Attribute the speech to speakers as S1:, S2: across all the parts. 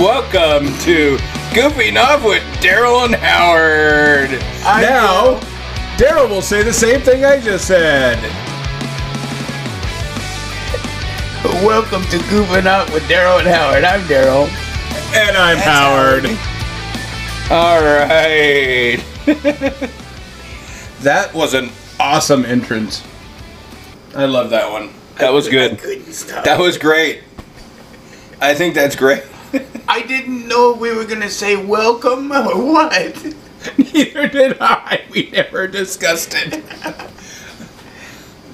S1: welcome to Goofing Off with Daryl and Howard.
S2: I now, Daryl will say the same thing I just said.
S3: Welcome to Goofing Out with Daryl and Howard. I'm Daryl.
S2: And I'm Howard.
S1: All right.
S2: That was an awesome entrance. I love that one.
S1: That was good.
S3: Good stuff.
S1: That was great. I think that's great.
S3: I didn't know we were gonna say welcome or what.
S2: Neither did I. We never discussed it.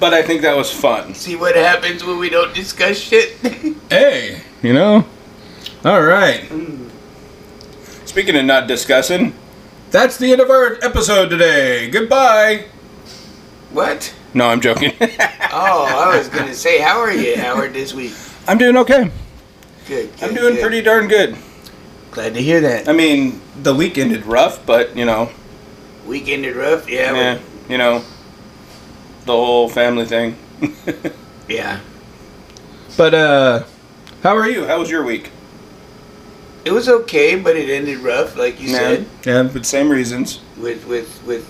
S1: But I think that was fun.
S3: See what happens when we don't discuss shit.
S2: Hey, you know? All right.
S1: Speaking of not discussing,
S2: That's the end of our episode today. Goodbye.
S3: what?
S1: no, I'm joking.
S3: Oh, I was gonna say, how are you, Howard, this week?
S1: I'm doing okay.
S3: Good.
S1: I'm
S3: good,
S1: doing
S3: good.
S1: pretty darn good.
S3: Glad to hear that.
S1: I mean, the week ended rough, but you know,
S3: Week ended rough. Yeah. we-
S1: yeah, you know, the whole family thing.
S3: Yeah.
S2: But, uh, how are you?
S1: How was your week?
S3: It was okay, but it ended rough, like you
S1: Yeah.
S3: said,
S2: Yeah, but
S1: Same reasons.
S3: with with with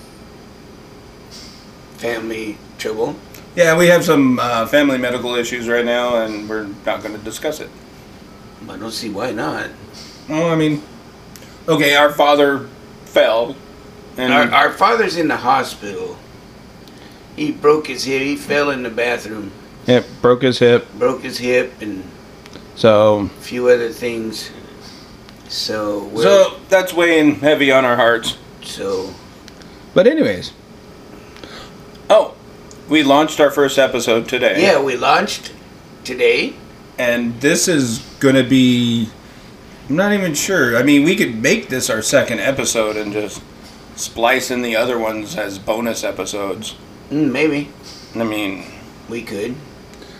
S3: family trouble.
S1: Yeah, we have some uh, family medical issues right now, and we're not going to discuss it.
S3: I don't see why not.
S2: well, I mean,
S1: Okay, our father fell, and
S3: Our, our father's in the hospital. He broke his hip. He fell in the bathroom,
S2: it broke his hip,
S3: broke his hip, and
S2: so
S3: a few other things. So we're, so,
S1: so that's weighing heavy on our hearts.
S2: But anyways,
S1: Oh, we launched our first episode today.
S3: yeah, we launched today.
S2: and this is gonna be.
S1: I'm not even sure. I mean, we could make this our second episode and just splice in the other ones as bonus episodes.
S3: Mm, maybe
S1: I mean,
S3: we could.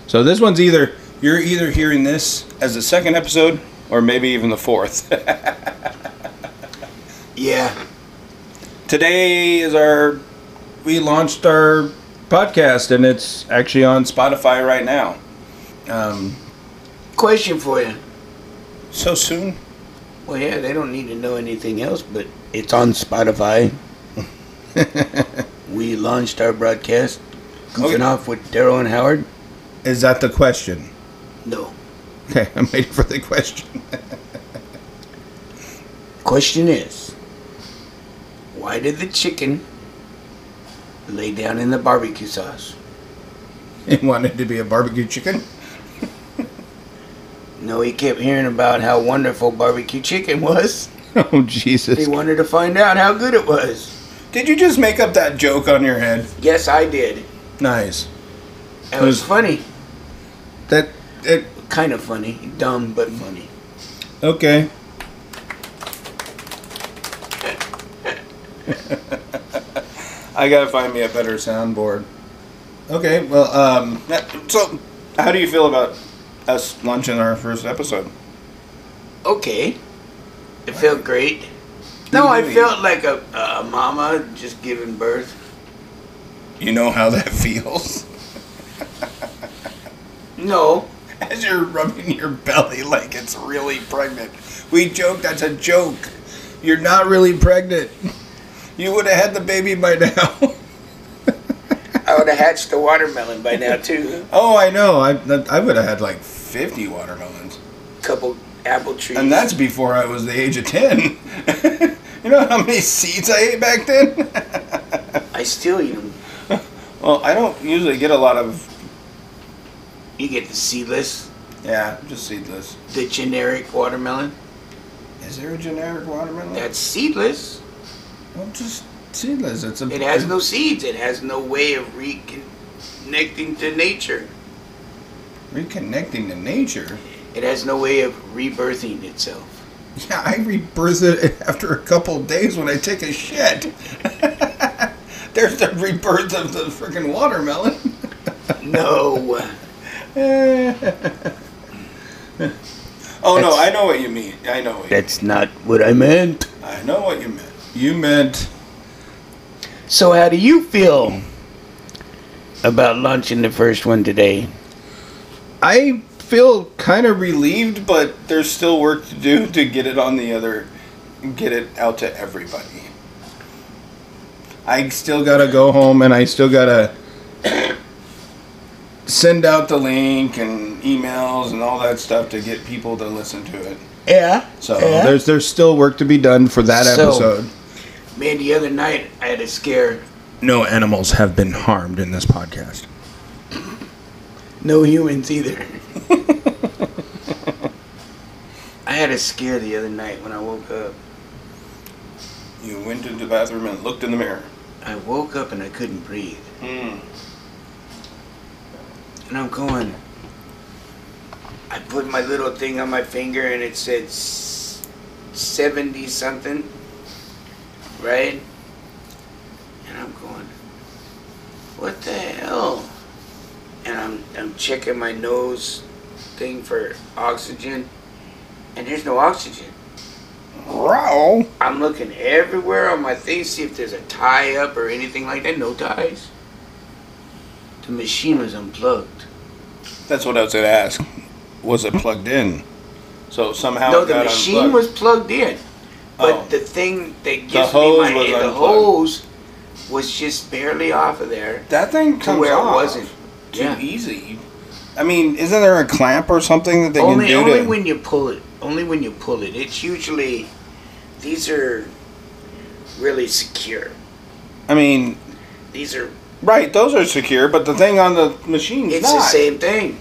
S2: So this one's either
S1: you're either hearing this as the second episode or maybe even the fourth.
S3: Yeah,
S1: Today is our
S2: we launched our podcast and it's actually on Spotify.
S1: Spotify right now.
S2: Um,
S3: question for you.
S1: So soon?
S3: Well, yeah, they don't need to know anything else, but it's on Spotify. we launched our broadcast. Goofing
S1: Okay.
S3: off with Daryl and Howard.
S2: is that the question?
S3: No,
S2: Okay, I'm waiting for the question.
S3: Question is, why did the chicken lay down in the barbecue sauce?
S2: It wanted to be a barbecue chicken.
S3: No, he kept hearing about how wonderful barbecue chicken was.
S2: Oh
S3: He
S2: Jesus!
S3: wanted to find out how good it was.
S1: Did you just make up that joke on your head?
S3: Yes, I did.
S2: Nice.
S3: It was
S2: Who's-
S3: funny.
S2: That it
S3: Kind of funny. Dumb, but funny.
S2: okay.
S1: I gotta find me a better soundboard. Okay, well, um, that- so how do you feel about us launching our first episode?
S3: Okay. It felt great. No, I felt like a, a mama just giving birth.
S1: You know how that feels
S3: No.
S1: as you're rubbing your belly like it's really pregnant. We joke that's a joke. You're not really pregnant. You would have had the baby by now.
S3: I would have hatched a watermelon by now, too.
S2: Oh, I know. I I would have had like.
S1: 50 watermelons.
S3: Couple apple trees.
S1: And that's before I was the age of 10. you know how many seeds I ate back then?
S3: I still eat them.
S1: well, I don't usually get a lot of,
S3: You get the seedless,
S1: yeah, just seedless.
S3: the generic watermelon.
S1: Is there a generic watermelon?
S3: That's seedless.
S2: Well, just seedless. It's a.
S3: It has no seeds. It has no way of reconnecting to nature.
S1: reconnecting to nature.
S3: It has no way of rebirthing itself.
S1: Yeah, I rebirth it after a couple of days when I take a shit. There's the rebirth of the freaking watermelon.
S3: No.
S1: Oh no,
S3: That's-
S1: I know what you mean. I know what you,
S3: That's not what I meant.
S1: I know what you meant.
S2: You meant
S3: So, how do you feel about launching the first one today?
S2: I
S1: feel kind of relieved, but there's still work to do to get it on the other, get it out to everybody. I still gotta go home, and I still gotta send out the link and emails and all that stuff to get people to listen to it.
S3: Yeah.
S1: So there's there's still work to be done for that
S3: So-
S1: episode.
S3: Man, the other night I had a scare.
S1: No animals have been harmed in this podcast.
S3: No humans either. I had a scare the other night when I woke up.
S1: You went into the bathroom and looked in the mirror.
S3: I woke up and I couldn't breathe. And I'm going. I put my little thing on my finger and it said s- 70 something, right? And I'm going, what the hell? And I'm, I'm checking my nose thing for oxygen, and there's no oxygen.
S1: Wow.
S3: I'm looking everywhere on my thing, see if there's a tie up or anything like that. No ties. The machine was unplugged.
S1: That's what I was gonna ask. Was it plugged in? So somehow
S3: no,
S1: it
S3: the
S1: got
S3: machine
S1: unplugged.
S3: was plugged in, but
S1: Oh.
S3: the thing that gives
S1: hose
S3: me my
S1: was
S3: the
S1: unplugged.
S3: hose was just barely off of there
S1: that thing
S3: to
S1: comes
S3: where
S1: off
S3: it wasn't.
S1: too
S3: Yeah.
S1: easy. I mean, isn't there a clamp or something that they
S3: Only
S1: can do
S3: only
S1: to?
S3: when you pull it. Only when you pull it. It's usually these are really secure.
S1: I mean,
S3: These are
S1: right? Those are secure, but the thing on the machine's
S3: it's
S1: not.
S3: the same thing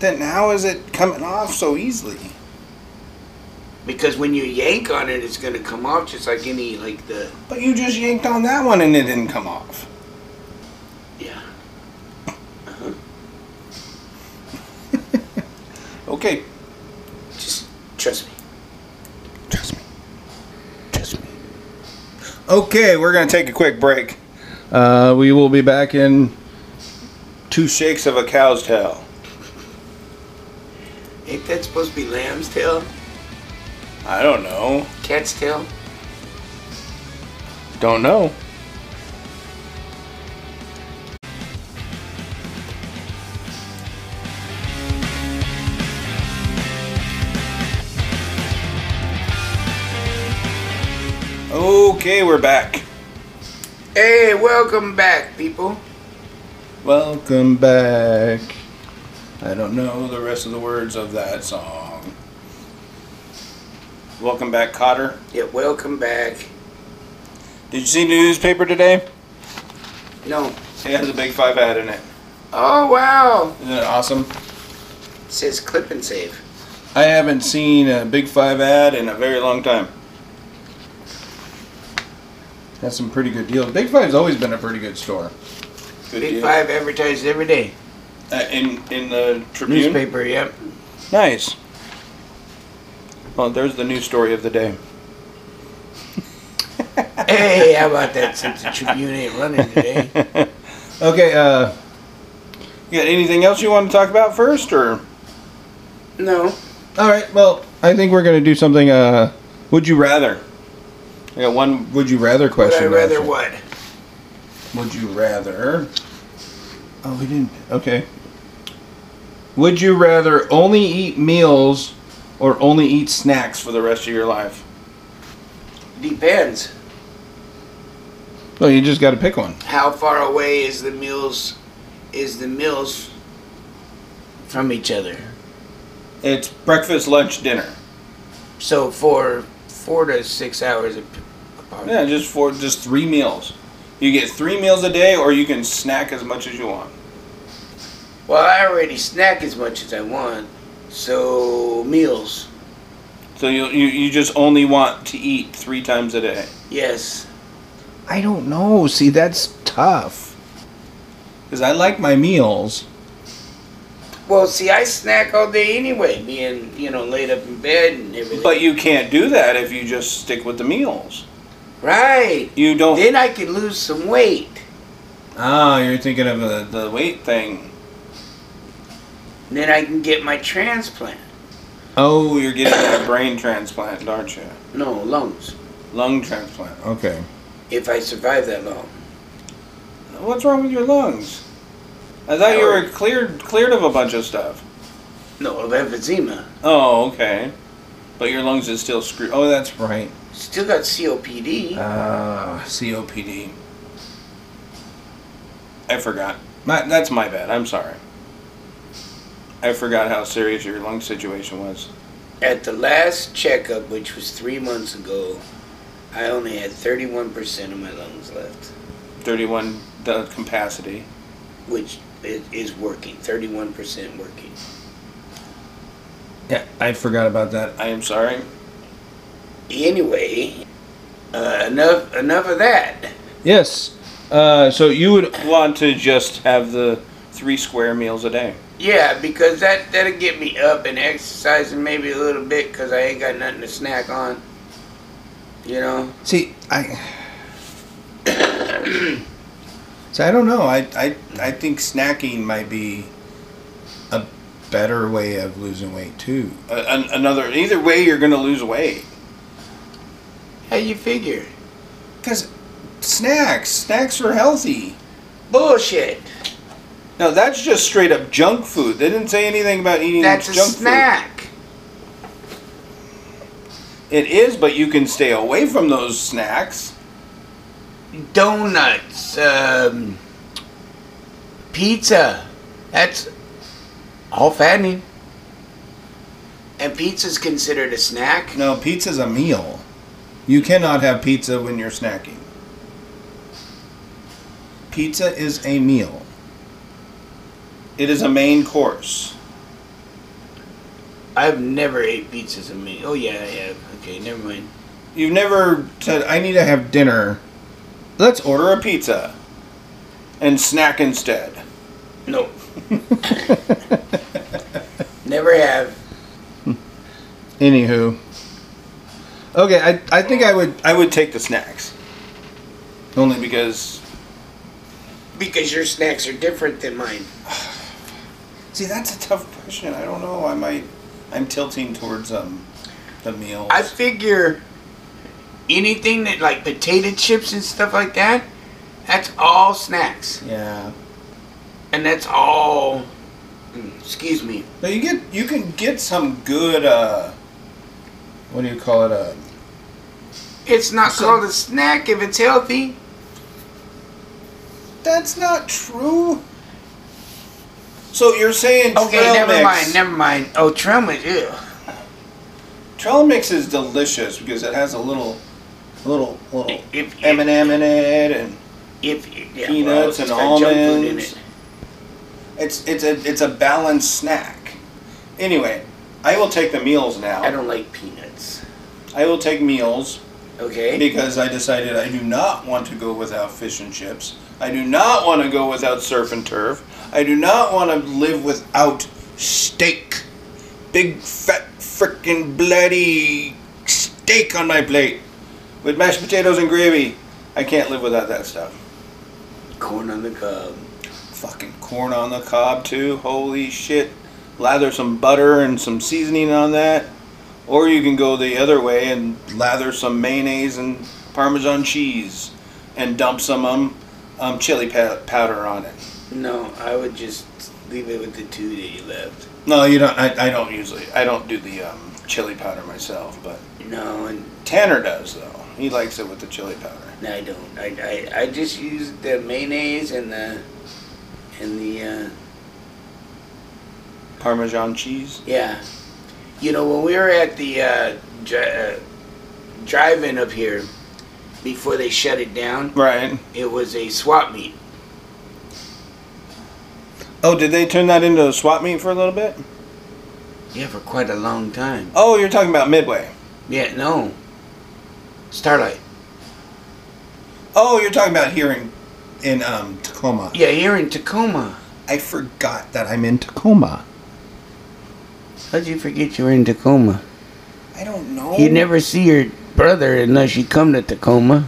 S1: Then how is it coming off so easily?
S3: because when you yank on it, it's gonna come off just like any like the
S1: But you just yanked on that one and it didn't come off.
S3: yeah.
S1: Okay,
S3: Just trust me.
S1: Trust me. Trust me. Okay, we're gonna take a quick break. Uh, we will be back in two shakes of a cow's tail.
S3: Ain't that supposed to be lamb's tail,
S1: I don't know.
S3: cat's tail?
S1: Don't know. Okay, we're back.
S3: Hey, welcome back, people.
S1: Welcome back. I don't know the rest of the words of that song. Welcome back, Cotter.
S3: Yeah, welcome back.
S1: Did you see the newspaper today?
S3: No.
S1: It has a big five ad in it.
S3: Oh wow.
S1: Isn't it awesome?
S3: It says clip and save.
S1: I haven't seen a big five ad in a very long time. That's some pretty good deals. Big Five's always been a pretty good store. Good
S3: Big
S1: deal.
S3: Five advertised every day.
S1: Uh, in in the Tribune.
S3: Newspaper, yep.
S1: Nice. Well, there's the news story of the day.
S3: hey, how about that? Since the Tribune ain't running today,
S1: Okay, uh. You got anything else you want to talk about first, or?
S3: no.
S1: Alright, well, I think we're going to do something, uh. Would you rather? I got one would you rather
S3: Would I
S1: question. to ask
S3: rather
S1: you.
S3: what?
S1: Would you rather. Oh, we didn't. Okay. Would you rather only eat meals or only eat snacks for the rest of your life?
S3: Depends.
S1: Well, you just got to pick one.
S3: How far away is the meals? Is the meals from each other?
S1: It's breakfast, lunch, dinner.
S3: So for four to six hours ap- apart.
S1: Yeah, just for just three meals. You get three meals a day, or you can snack as much as you want.
S3: Well, I already snack as much as I want, so meals.
S1: So you you, you just only want to eat three times a day.
S3: Yes.
S1: I don't know. See, that's tough. Cause I like my meals.
S3: Well, see, I snack all day anyway, being you know laid up in bed and everything.
S1: But you can't do that if you just stick with the meals.
S3: right.
S1: You don't.
S3: Then I could lose some weight.
S1: Ah, you're thinking of the, the weight thing.
S3: And then I can get my transplant.
S1: Oh, you're getting a brain transplant, aren't you?
S3: No lungs.
S1: Lung transplant. Okay.
S3: If I survive that long.
S1: What's wrong with your lungs? I thought you were cleared cleared of a bunch of stuff.
S3: No, of emphysema.
S1: Oh, okay. But your lungs is still screwed. Oh, that's right.
S3: Still got COPD.
S1: Uh, COPD. I forgot. My, that's my bad. I'm sorry. I forgot how serious your lung situation was.
S3: At the last checkup, which was three months ago, I only had 31% of my lungs left,
S1: 31, the capacity.
S3: which i- is working. 31% working.
S2: Yeah, I forgot about that.
S1: I am sorry.
S3: Anyway, uh, enough enough of that.
S2: Yes. Uh, so you would.
S1: Want to just have the three square meals a day.
S3: Yeah, because that that'll get me up and exercising maybe a little bit because I ain't got nothing to snack on. You know,
S2: See, I. so I don't know. I, I, I think snacking might be a better way of losing weight, too.
S1: A- an- another, either way, you're going to lose weight.
S3: how you figure?
S2: Because snacks, snacks are healthy.
S3: Bullshit.
S1: No, that's just straight up junk food. They didn't say anything about eating
S3: That's a
S1: junk food.
S3: snack.
S1: It is, but you can stay away from those snacks.
S3: Donuts, um, pizza. That's all fattening. And pizza's considered a snack.
S2: No, pizza's a meal. You cannot have pizza when you're snacking. Pizza is a meal.
S1: It is a main course.
S3: I've never ate pizzas a meal. Oh yeah, yeah. Okay, never mind.
S1: You've never
S2: Said, I need to have dinner.
S1: let's order a pizza and snack instead.
S3: No. never have.
S2: Anywho. Okay, I, I think I would.
S1: I would take the snacks only because
S3: Because your snacks are different than mine.
S1: see that's a tough question. I don't know. I might I'm tilting towards um the meal.
S3: I figure anything that like potato chips and stuff like that, that's all snacks.
S2: Yeah.
S3: And that's all mm, excuse me.
S1: But you get you can get some good uh what do you call it uh
S3: It's not
S1: So-
S3: called a snack if it's healthy.
S1: That's not true. So you're saying
S3: Okay,
S1: trail
S3: never
S1: mix-
S3: mind, never mind. Oh, trauma, ew.
S1: Trail mix is delicious because it has a little, little, little
S3: If,
S1: M and
S3: if,
S1: M in it, and
S3: if yeah,
S1: Peanuts
S3: well, it's
S1: and
S3: got junk food in
S1: almonds.
S3: it.
S1: it's it's a it's a balanced snack. Anyway, I will take the meals now.
S3: I don't like peanuts.
S1: I will take meals
S3: Okay.
S1: because I decided I do not want to go without fish and chips. I do not want to go without surf and turf. I do not want to live without steak. Big fat frickin' bloody steak on my plate with mashed potatoes and gravy. I can't live without that stuff.
S3: Corn on the cob.
S1: Fucking corn on the cob too. Holy shit. Lather some butter and some seasoning on that. Or you can go the other way and lather some mayonnaise and parmesan cheese and dump some um, um chili pa- powder on it.
S3: No, I would just leave it with the two that you left.
S1: No, you don't I, I don't usually I don't do the um, chili powder myself, but
S3: No, and
S1: Tanner does though. He likes it with the chili powder.
S3: No, I don't. I, I, I just use the mayonnaise and the and the uh,
S1: Parmesan cheese.
S3: yeah. You know when we were at the uh, dri- uh, drive-in up here before they shut it down,
S1: Right.
S3: it was a swap meet.
S1: Oh, did they turn that into a swap meet for a little bit?
S3: Yeah, for quite a long time.
S1: Oh, you're talking about Midway.
S3: Yeah, no. Starlight.
S1: Oh, you're talking about here in
S2: In um, Tacoma.
S3: Yeah, here in Tacoma.
S2: I forgot that I'm in Tacoma.
S3: How'd you forget you were in Tacoma?
S2: I don't know.
S3: You never see your brother unless you come to Tacoma.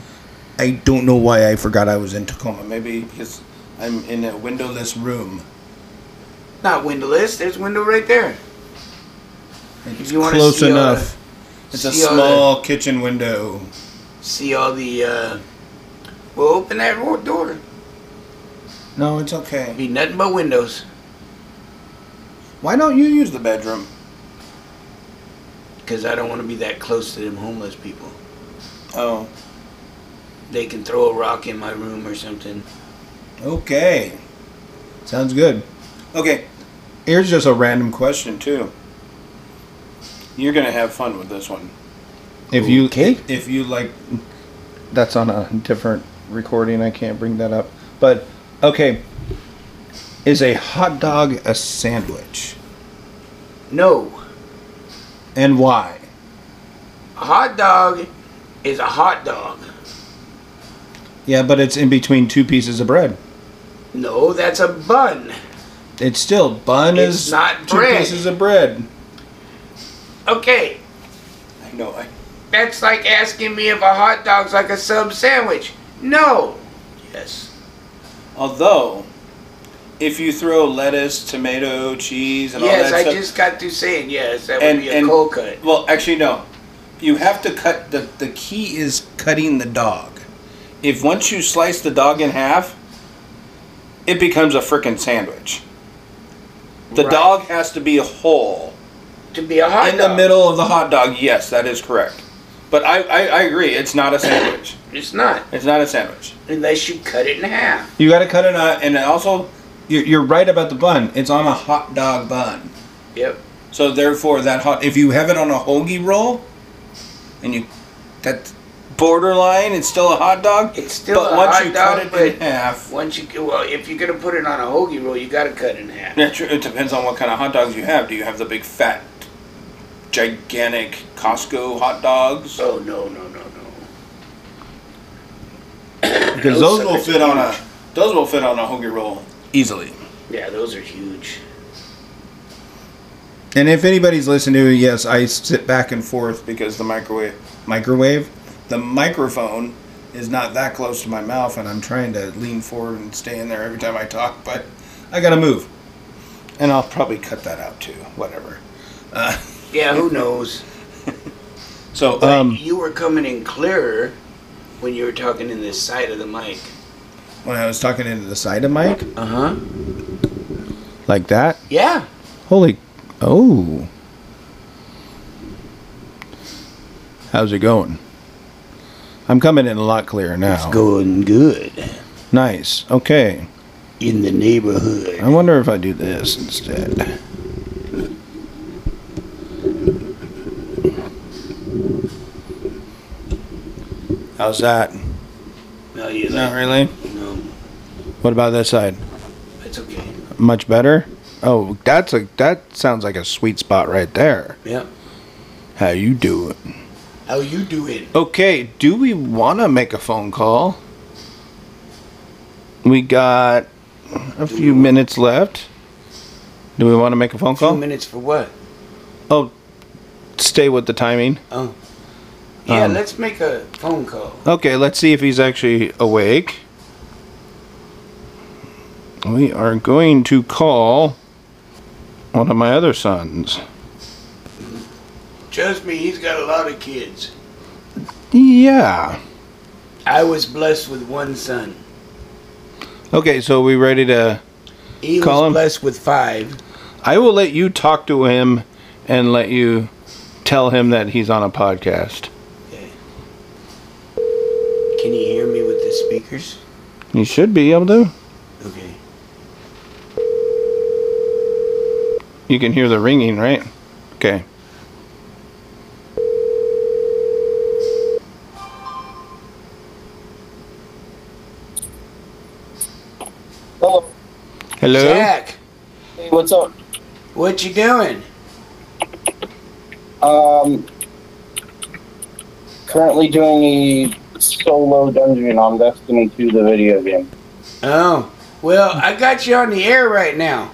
S2: I don't know why I forgot I was in Tacoma.
S1: Maybe because I'm in a windowless.
S2: This room.
S3: Not windowless. There's window right there.
S2: It's
S3: you wanna
S2: close
S3: see all
S2: enough. it's a
S3: see all the-
S2: small kitchen window.
S3: see all the uh well open that ro- door
S2: No, it's okay.
S3: be nothing but windows
S1: Why don't you use the bedroom?
S3: because I don't want to be that close to them homeless people.
S1: Oh,
S3: They can throw a rock in my room or something.
S1: okay. Sounds good. Okay, here's just a random question too. You're gonna have fun with this one.
S2: If you
S1: Okay. If you like,
S2: that's on a different recording. I can't bring that up. But okay, is a hot dog a sandwich,
S3: No,
S2: and why?
S3: a hot dog is a hot dog.
S2: Yeah, but it's in between two pieces of bread.
S3: No, that's a bun.
S2: It's still bun
S3: It's
S2: is
S3: not
S2: two
S3: bread.
S2: pieces of bread.
S3: Okay,
S1: I know. I,
S3: that's like asking me if a hot dog's like a sub sandwich. No. Yes.
S1: although, if you throw lettuce, tomato, cheese, and all
S3: Yes,
S1: that
S3: I
S1: stuff,
S3: just got through saying yes. That would
S1: And-
S3: be a
S1: and-
S3: cold cut.
S1: Well, actually, no. You have to cut the the key is cutting the dog. If once you slice the dog in half, it becomes a frickin' sandwich. The
S3: Right.
S1: dog has to be whole
S3: To be a hot
S1: in
S3: dog.
S1: the middle of the hot dog. Yes, that is correct. But I, I, I agree. It's not a sandwich.
S3: It's not
S1: It's not a sandwich.
S3: unless you cut it in half.
S2: You got to cut it
S1: And,
S2: up.
S1: uh, and also,
S2: You're, you're right about the bun. It's on a hot.
S1: hot dog bun.
S3: Yep.
S1: So therefore, that hot if you have it on a hoagie roll, and you that borderline, it's still a hot dog.
S3: It's still
S1: but
S3: a
S1: once
S3: hot
S1: you
S3: dog,
S1: cut
S3: but-
S1: it in half,
S3: Once you well, if you're gonna put it on a hoagie roll, you gotta cut it in half.
S1: it it depends on what kind of hot dogs you have. Do you have the big fat, gigantic Costco hot dogs?
S3: Oh no no no no.
S1: Because those, will
S3: suckers
S1: fit
S3: are
S1: on a
S3: huge.
S1: those will fit on a hoagie roll easily.
S3: Yeah, those are huge.
S2: And if anybody's listening to it, yes, I sit back and forth.
S1: Because the microwave,
S2: Microwave.
S1: the microphone is not that close to my mouth, and I'm trying to lean forward and stay in there every time I talk, but I gotta move. And I'll probably cut that out too. Whatever.
S3: Yeah, who knows?
S1: So
S2: Um,
S3: You were coming in clearer when you were talking in this side of the mic.
S1: when I was talking into the side of Mike,
S3: Uh huh.
S2: like that.
S3: Yeah.
S2: Holy. Oh. How's it going? I'm coming in a lot clearer now.
S3: Going good
S2: Nice. Okay.
S3: in the neighborhood.
S2: I wonder if I do this instead.
S1: how's that?
S3: No, you
S1: Not
S3: like
S1: really.
S3: no.
S2: What about this side?
S3: That's okay.
S2: Much better? Oh, that's a that sounds like a sweet spot right there.
S3: Yeah.
S2: How you doing?
S3: How you doing?
S2: Okay, do we want to make a phone call? We got a few minutes left. Do we want to make a phone
S3: Two
S2: call?
S3: minutes for what?
S2: Oh, stay with the timing.
S3: Oh. Yeah,
S2: Um,
S3: let's make a phone call.
S2: Okay, let's see if he's actually awake. We are going to call one of my other sons.
S3: Trust me, he's got a lot of kids.
S2: Yeah.
S3: I was blessed with one son.
S2: Okay, so we ready to
S3: He
S2: Call
S3: was
S2: him.
S3: blessed with five.
S2: I will let you talk to him and let you tell him that he's on a podcast.
S3: Can you hear me with the speakers?
S2: You should be able to.
S3: Okay.
S2: You can hear the ringing, right? Okay.
S4: Hello.
S2: Hello?
S3: Jack,
S4: Hey, what's up?
S3: what you doing?
S4: Um, currently doing a solo dungeon on Destiny 2, the video game.
S3: Oh, well, I got you on the air right now.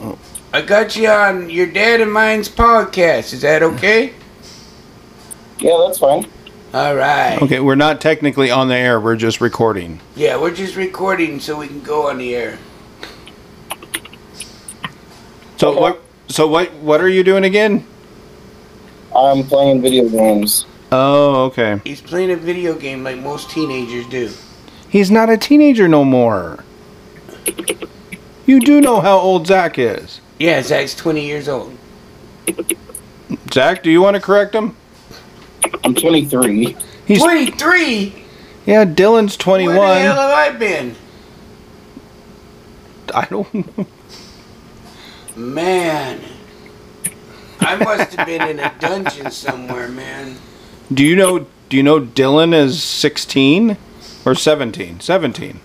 S2: Oh.
S3: I got you on your dad and mine's podcast. Is that okay?
S4: Yeah, that's fine.
S3: All right.
S2: Okay, we're not technically on the air, we're just recording.
S3: Yeah, we're just recording so we can go on the air.
S2: So
S4: Okay.
S2: what so what what are you doing again?
S4: I'm playing video games.
S2: Oh, okay.
S3: He's playing a video game like most teenagers do.
S2: He's not a teenager no more. You do know how old Zach is.
S3: Yeah, Zach's 20 years old.
S2: Zach, do you want to correct him?
S4: I'm 23.
S2: He's
S3: 23?
S2: yeah. Dylan's
S3: Where the hell
S2: 21.
S3: have I been?
S2: I don't. know.
S3: Man. I must have been in a dungeon somewhere, man.
S2: Do you know? Do you know Dylan is 16 or 17? 17.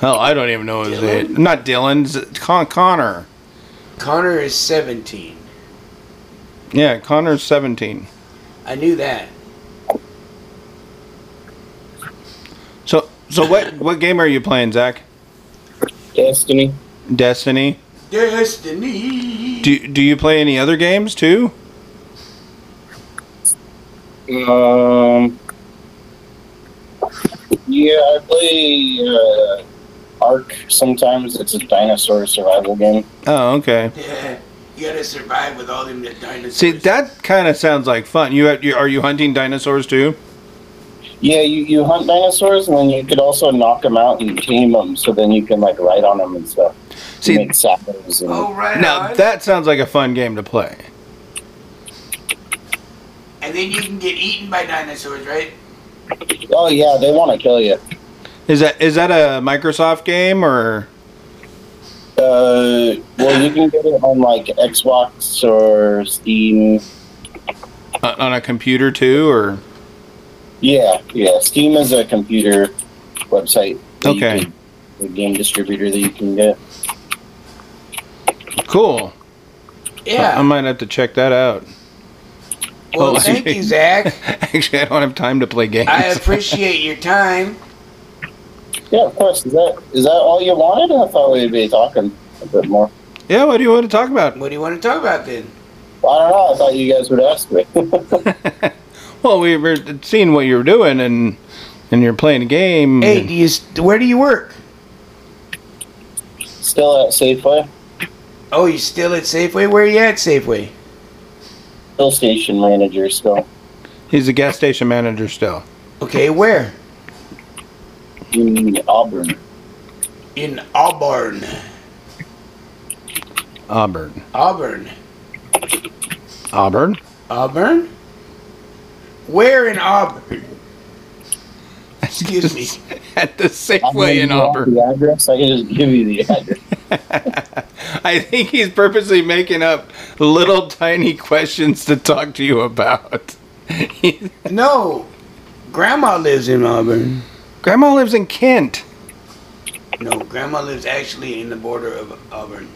S2: Hell, I don't even know his
S3: Dylan?
S2: age. Not Dylan's Con- Connor.
S3: Connor is 17.
S2: Yeah, Connor's 17.
S3: I knew that.
S2: So, so what? what game are you playing, Zach?
S4: Destiny.
S2: Destiny.
S3: Destiny.
S2: Do Do you play any other games too?
S4: Um. Yeah, I play uh, Ark sometimes. It's a dinosaur survival game.
S2: Oh, okay.
S3: Yeah. You gotta survive with all them dinosaurs.
S2: See, that kind of sounds like fun. You, you are you hunting dinosaurs too?
S4: Yeah, you, you hunt dinosaurs, and then you could also knock them out and tame them, so then you can like ride on them and stuff.
S2: See,
S4: you make saddles and
S3: Oh, right.
S2: Now
S3: on.
S2: that sounds like a fun game to play.
S3: and then you can get eaten by dinosaurs, right?
S4: oh yeah, they want to kill you.
S2: Is that is that a Microsoft game or
S4: Uh, well, you can get it on like Xbox or Steam.
S2: uh, on a computer too? Or
S4: Yeah, yeah. Steam is a computer website. that you
S2: Okay.
S4: can- a game distributor that you can get.
S2: cool. I, I
S3: Yeah.
S2: might have to check that out.
S3: well,
S2: oh,
S3: thank you, Zach.
S2: Actually, I don't have time to play games.
S3: I appreciate your time.
S4: Yeah, of course. Is that is that all you wanted? I thought we'd be talking a bit more.
S2: yeah, what do you want to talk about?
S3: What do you want to talk about then?
S4: I don't know. I thought you guys would ask me.
S2: Well, we were seeing what you were doing and and you're playing a game.
S3: Hey, do you s- where do you work?
S4: Still at Safeway,
S3: Oh, you still at Safeway? Where you at Safeway?
S4: still station manager. Still,
S2: He's a gas station manager still.
S3: Okay, where?
S4: in Auburn.
S3: In Auburn.
S2: Auburn.
S3: Auburn.
S2: Auburn.
S3: Auburn? Where in Auburn? Excuse me.
S2: At the
S4: I
S2: Safeway in
S4: mean, you want
S2: Auburn.
S4: The address? I can just give you the address.
S2: I think he's purposely making up little tiny questions to talk to you about.
S3: No. Grandma lives in Auburn.
S2: Grandma lives in Kent.
S3: No, grandma lives actually in the border of Auburn.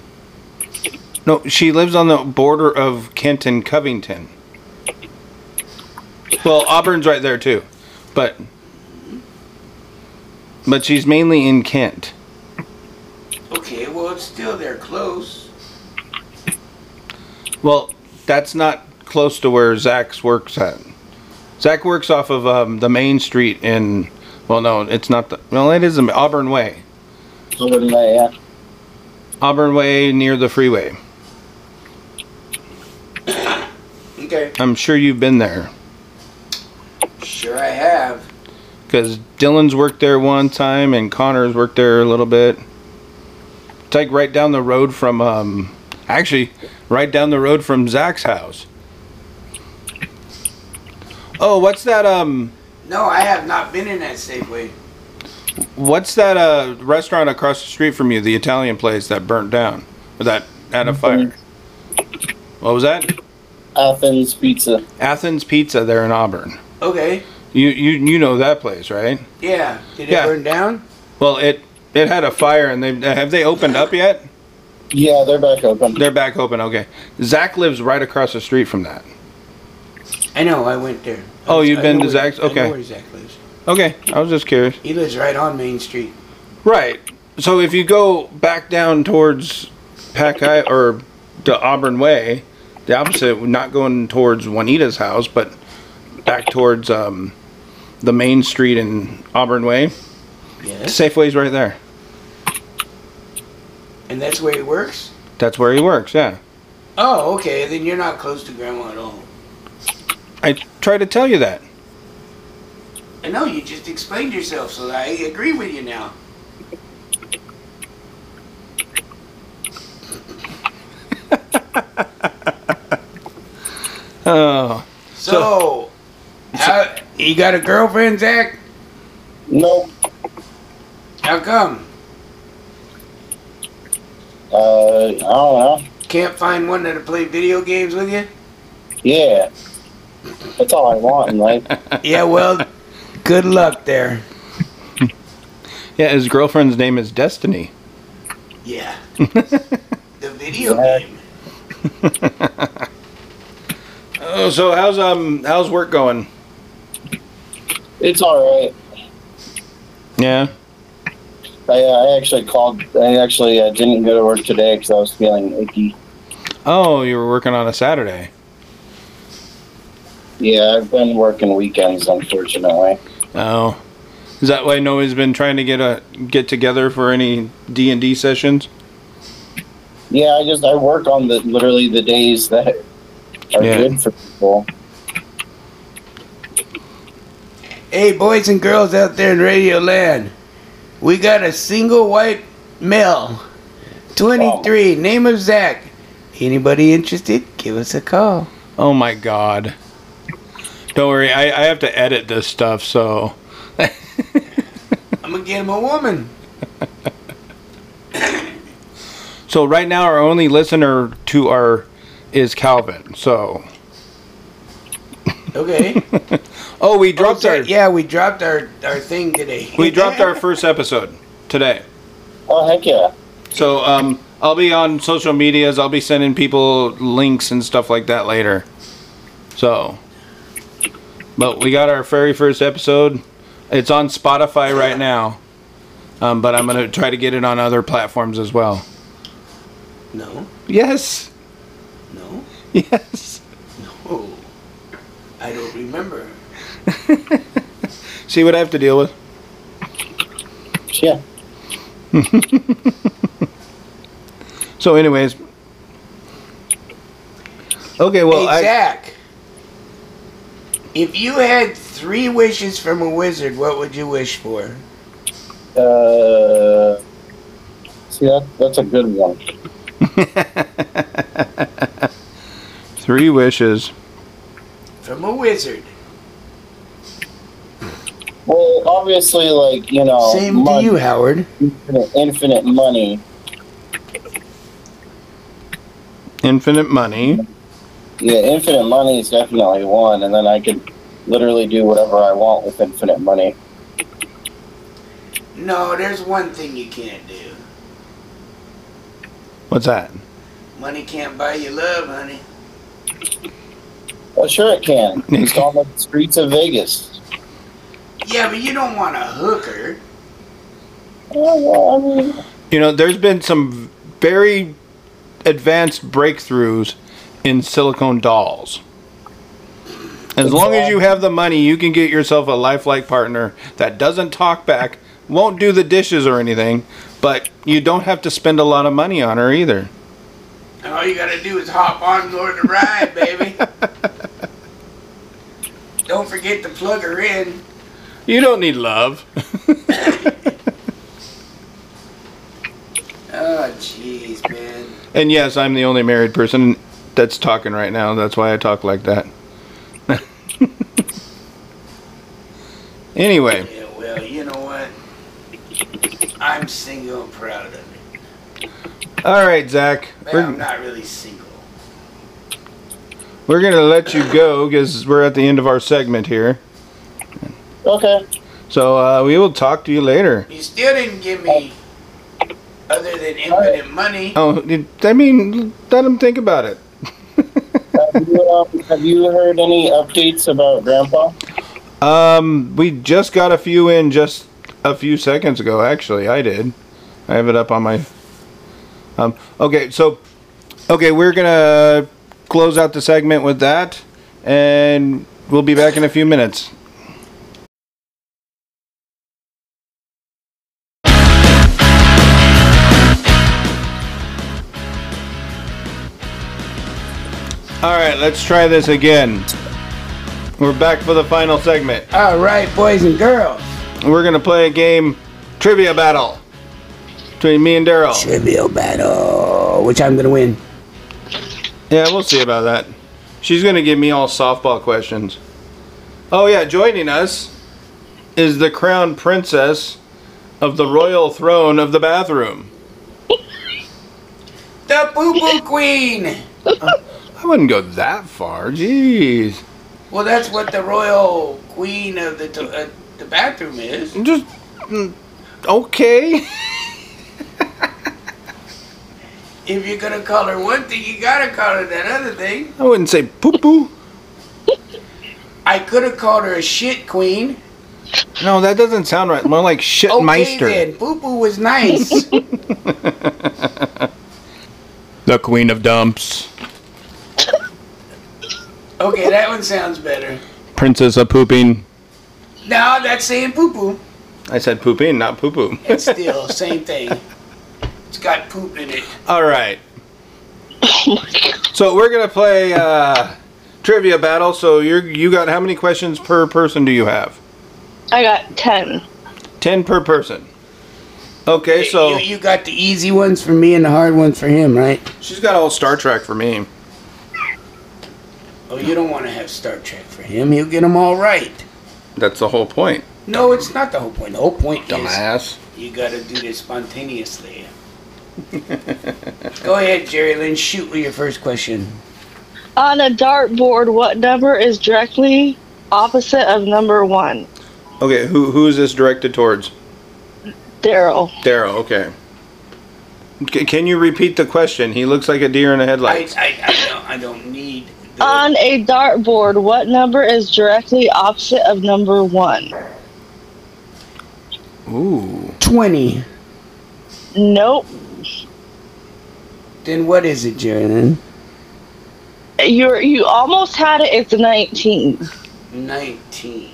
S2: No, she lives on the border of Kent and Covington. Well, Auburn's right there too, but but she's mainly in Kent.
S3: Okay, well it's still there close.
S2: Well, that's not close to where Zach's works at. Zach works off of um, the main street in. Well, no, it's not the. Well, it is the Auburn Way.
S4: Auburn, yeah.
S2: Auburn Way near the freeway.
S3: Okay.
S2: I'm sure you've been there
S3: Sure I have.
S2: because Dylan's worked there one time and Connor's worked there a little bit. It's like right down the road from, um, actually, right down the road from Zach's house. Oh, what's that? Um,
S3: No, I have not been in that Safeway.
S2: what's that? Uh, restaurant across the street from you, the Italian place that burnt down, or that had a fire. What was that?
S4: Athens Pizza.
S2: Athens Pizza there in Auburn.
S3: Okay.
S2: You you you know that place, right?
S3: Yeah. Did it
S2: Yeah.
S3: burn down?
S2: Well, it it had a fire, and they have they opened up yet?
S4: Yeah, they're back open.
S2: They're back open. Okay. Zach lives right across the street from that.
S3: I know, I went there.
S2: Oh,
S3: I-
S2: you've
S3: I
S2: been
S3: know
S2: to
S3: where-
S2: Zack's?
S3: I
S2: Okay.
S3: know where Zach lives.
S2: Okay, I was just curious.
S3: He lives right on Main Street.
S2: Right. So if you go back down towards Packeye or the Auburn Way, the opposite, not going towards Juanita's house, but back towards um, the main street in Auburn Way,
S3: Yes.
S2: Safeway's right there.
S3: And that's where he works?
S2: That's where he works. Yeah.
S3: Oh, okay. Then you're not close to grandma at all.
S2: I try to tell you that.
S3: I know you just explained yourself, so I agree with you now.
S2: Oh.
S3: So, how, you got a girlfriend, Zach?
S4: Nope.
S3: How come?
S4: Uh, I don't know.
S3: Can't find one that'll play video games with you?
S4: Yeah. That's all I want in life.
S3: Yeah, well, good luck there.
S2: Yeah, his girlfriend's name is Destiny.
S3: Yeah. the video
S4: Yeah.
S3: game.
S2: Oh, so how's um how's work going?
S4: It's all right.
S2: Yeah.
S4: I, uh, I actually called. I actually uh, didn't go to work today because I was feeling icky.
S2: Oh, you were working on a Saturday.
S4: Yeah, I've been working weekends, unfortunately.
S2: Oh. Is that why nobody's been trying to get a get together for any D and D sessions?
S4: Yeah, I just I work on the literally the days that are
S2: Yeah.
S4: good for people.
S3: Hey, boys and girls out there in Radio Land, we got a single white male, 23, name of Zach. Anybody interested? Give us a call.
S2: Oh my god. Don't worry, I, I have to edit this stuff, so
S3: I'm gonna get him a woman.
S2: so right now our only listener to our is Calvin. So
S3: Okay.
S2: Oh we dropped our
S3: yeah, we dropped our, our thing today.
S2: we dropped our first episode today.
S4: Oh heck yeah!
S2: So um I'll be on social medias, I'll be sending people links and stuff like that later. So but we got our very first episode. It's on Spotify right now. Um, but I'm gonna try to get it on other platforms as well.
S3: No,
S2: Yes.
S3: no,
S2: Yes.
S3: no. I don't remember.
S2: See what I have to deal with.
S4: Yeah.
S2: So, anyways. Okay, well,
S3: hey,
S2: I,
S3: Zach. If you had three wishes from a wizard, what would you wish for?
S4: Uh, see that that's a good one.
S2: three wishes.
S3: From a wizard.
S4: Well, obviously, like you know,
S3: Same to
S4: Oh, money,
S3: you, Howard.
S4: infinite, infinite money.
S2: Infinite money.
S4: Yeah, infinite money is definitely one, and then I could literally do whatever I want with infinite money.
S3: No, there's one thing you can't do.
S2: What's that?
S3: Money can't buy you love, honey.
S4: Well, sure it can. It's on the streets of Vegas.
S3: Yeah, but you don't want a hooker.
S4: Oh, well, I mean,
S2: You know, there's been some very advanced breakthroughs in silicone dolls. As long as you have the money, you can get yourself a lifelike partner that doesn't talk back, won't do the dishes or anything, but you don't have to spend a lot of money on her either.
S3: And all you gotta do is hop on board the ride, baby. Don't forget to plug her in.
S2: You don't need love.
S3: Oh, jeez, man.
S2: And yes, I'm the only married person that's talking right now. That's why I talk like that. anyway,
S3: Yeah, well, you know what? I'm single and proud of it.
S2: all right, Zach,
S3: Man, I'm
S2: we're,
S3: not really single.
S2: we're gonna let you go because we're at the end of our segment here.
S4: okay.
S2: So uh, we will talk to you later.
S3: You still didn't give me, other than infinite money.
S2: Oh, it- I mean, let him think about it.
S4: Have you, um, have you heard any updates about Grandpa?
S2: Um, we just got a few in just a few seconds ago. Actually, I did. I have it up on my. Um. Okay. So, okay, we're gonna close out the segment with that, and we'll be back in a few minutes. All right, let's try this again. We're back for the final segment.
S3: All right, boys and girls.
S2: We're gonna play a game, trivia battle, between me and Daryl.
S3: Trivial battle, which I'm gonna win.
S2: Yeah, we'll see about that. She's gonna give me all softball questions. Oh yeah, joining us is the crown princess of the royal throne of the bathroom.
S3: The Boo Boo Queen.
S2: I wouldn't go that far. Jeez.
S3: Well, that's what the royal queen of the to- uh, the bathroom is.
S2: Just mm, okay.
S3: If you're gonna call her one thing, you gotta call her that other thing.
S2: I wouldn't say poo poo.
S3: I could have called her a shit queen.
S2: No, that doesn't sound right. More like
S3: Okay
S2: shitmeister.
S3: then, Boo Boo was nice.
S2: the queen of dumps.
S3: okay, that one sounds better.
S2: Princess of pooping.
S3: No, that's saying poo poo.
S2: I said pooping, not poo poo.
S3: It's still same thing. It's got poop in it.
S2: All right. so we're gonna play uh, trivia battle. So you're you got how many questions per person do you have?
S5: I got 10.
S2: Ten per person. Okay, so
S3: you, you got the easy ones for me and the hard ones for him, right?
S2: she's got all Star Trek for me.
S3: Oh, you don't want to have Star Trek for him. He'll get them all right.
S2: That's the whole point,
S3: No, it's not the whole point. The whole point is
S2: dumbass.
S3: you got to do this spontaneously. Go ahead, Jerry Lynn. Shoot with your first question.
S5: On a dartboard, what number is directly opposite of number one?
S2: Okay, who who is this directed towards?
S5: Daryl.
S2: Daryl. Okay. C- can you repeat the question? He looks like a deer in a
S3: I,
S2: headlights.
S3: I, I, don't, I don't need. The,
S5: On a dartboard, what number is directly opposite of number one?
S2: Ooh.
S3: 20.
S5: Nope.
S3: Then what is it, Jerry Lynn?
S5: You're, you almost had it. It's 19.
S3: 19.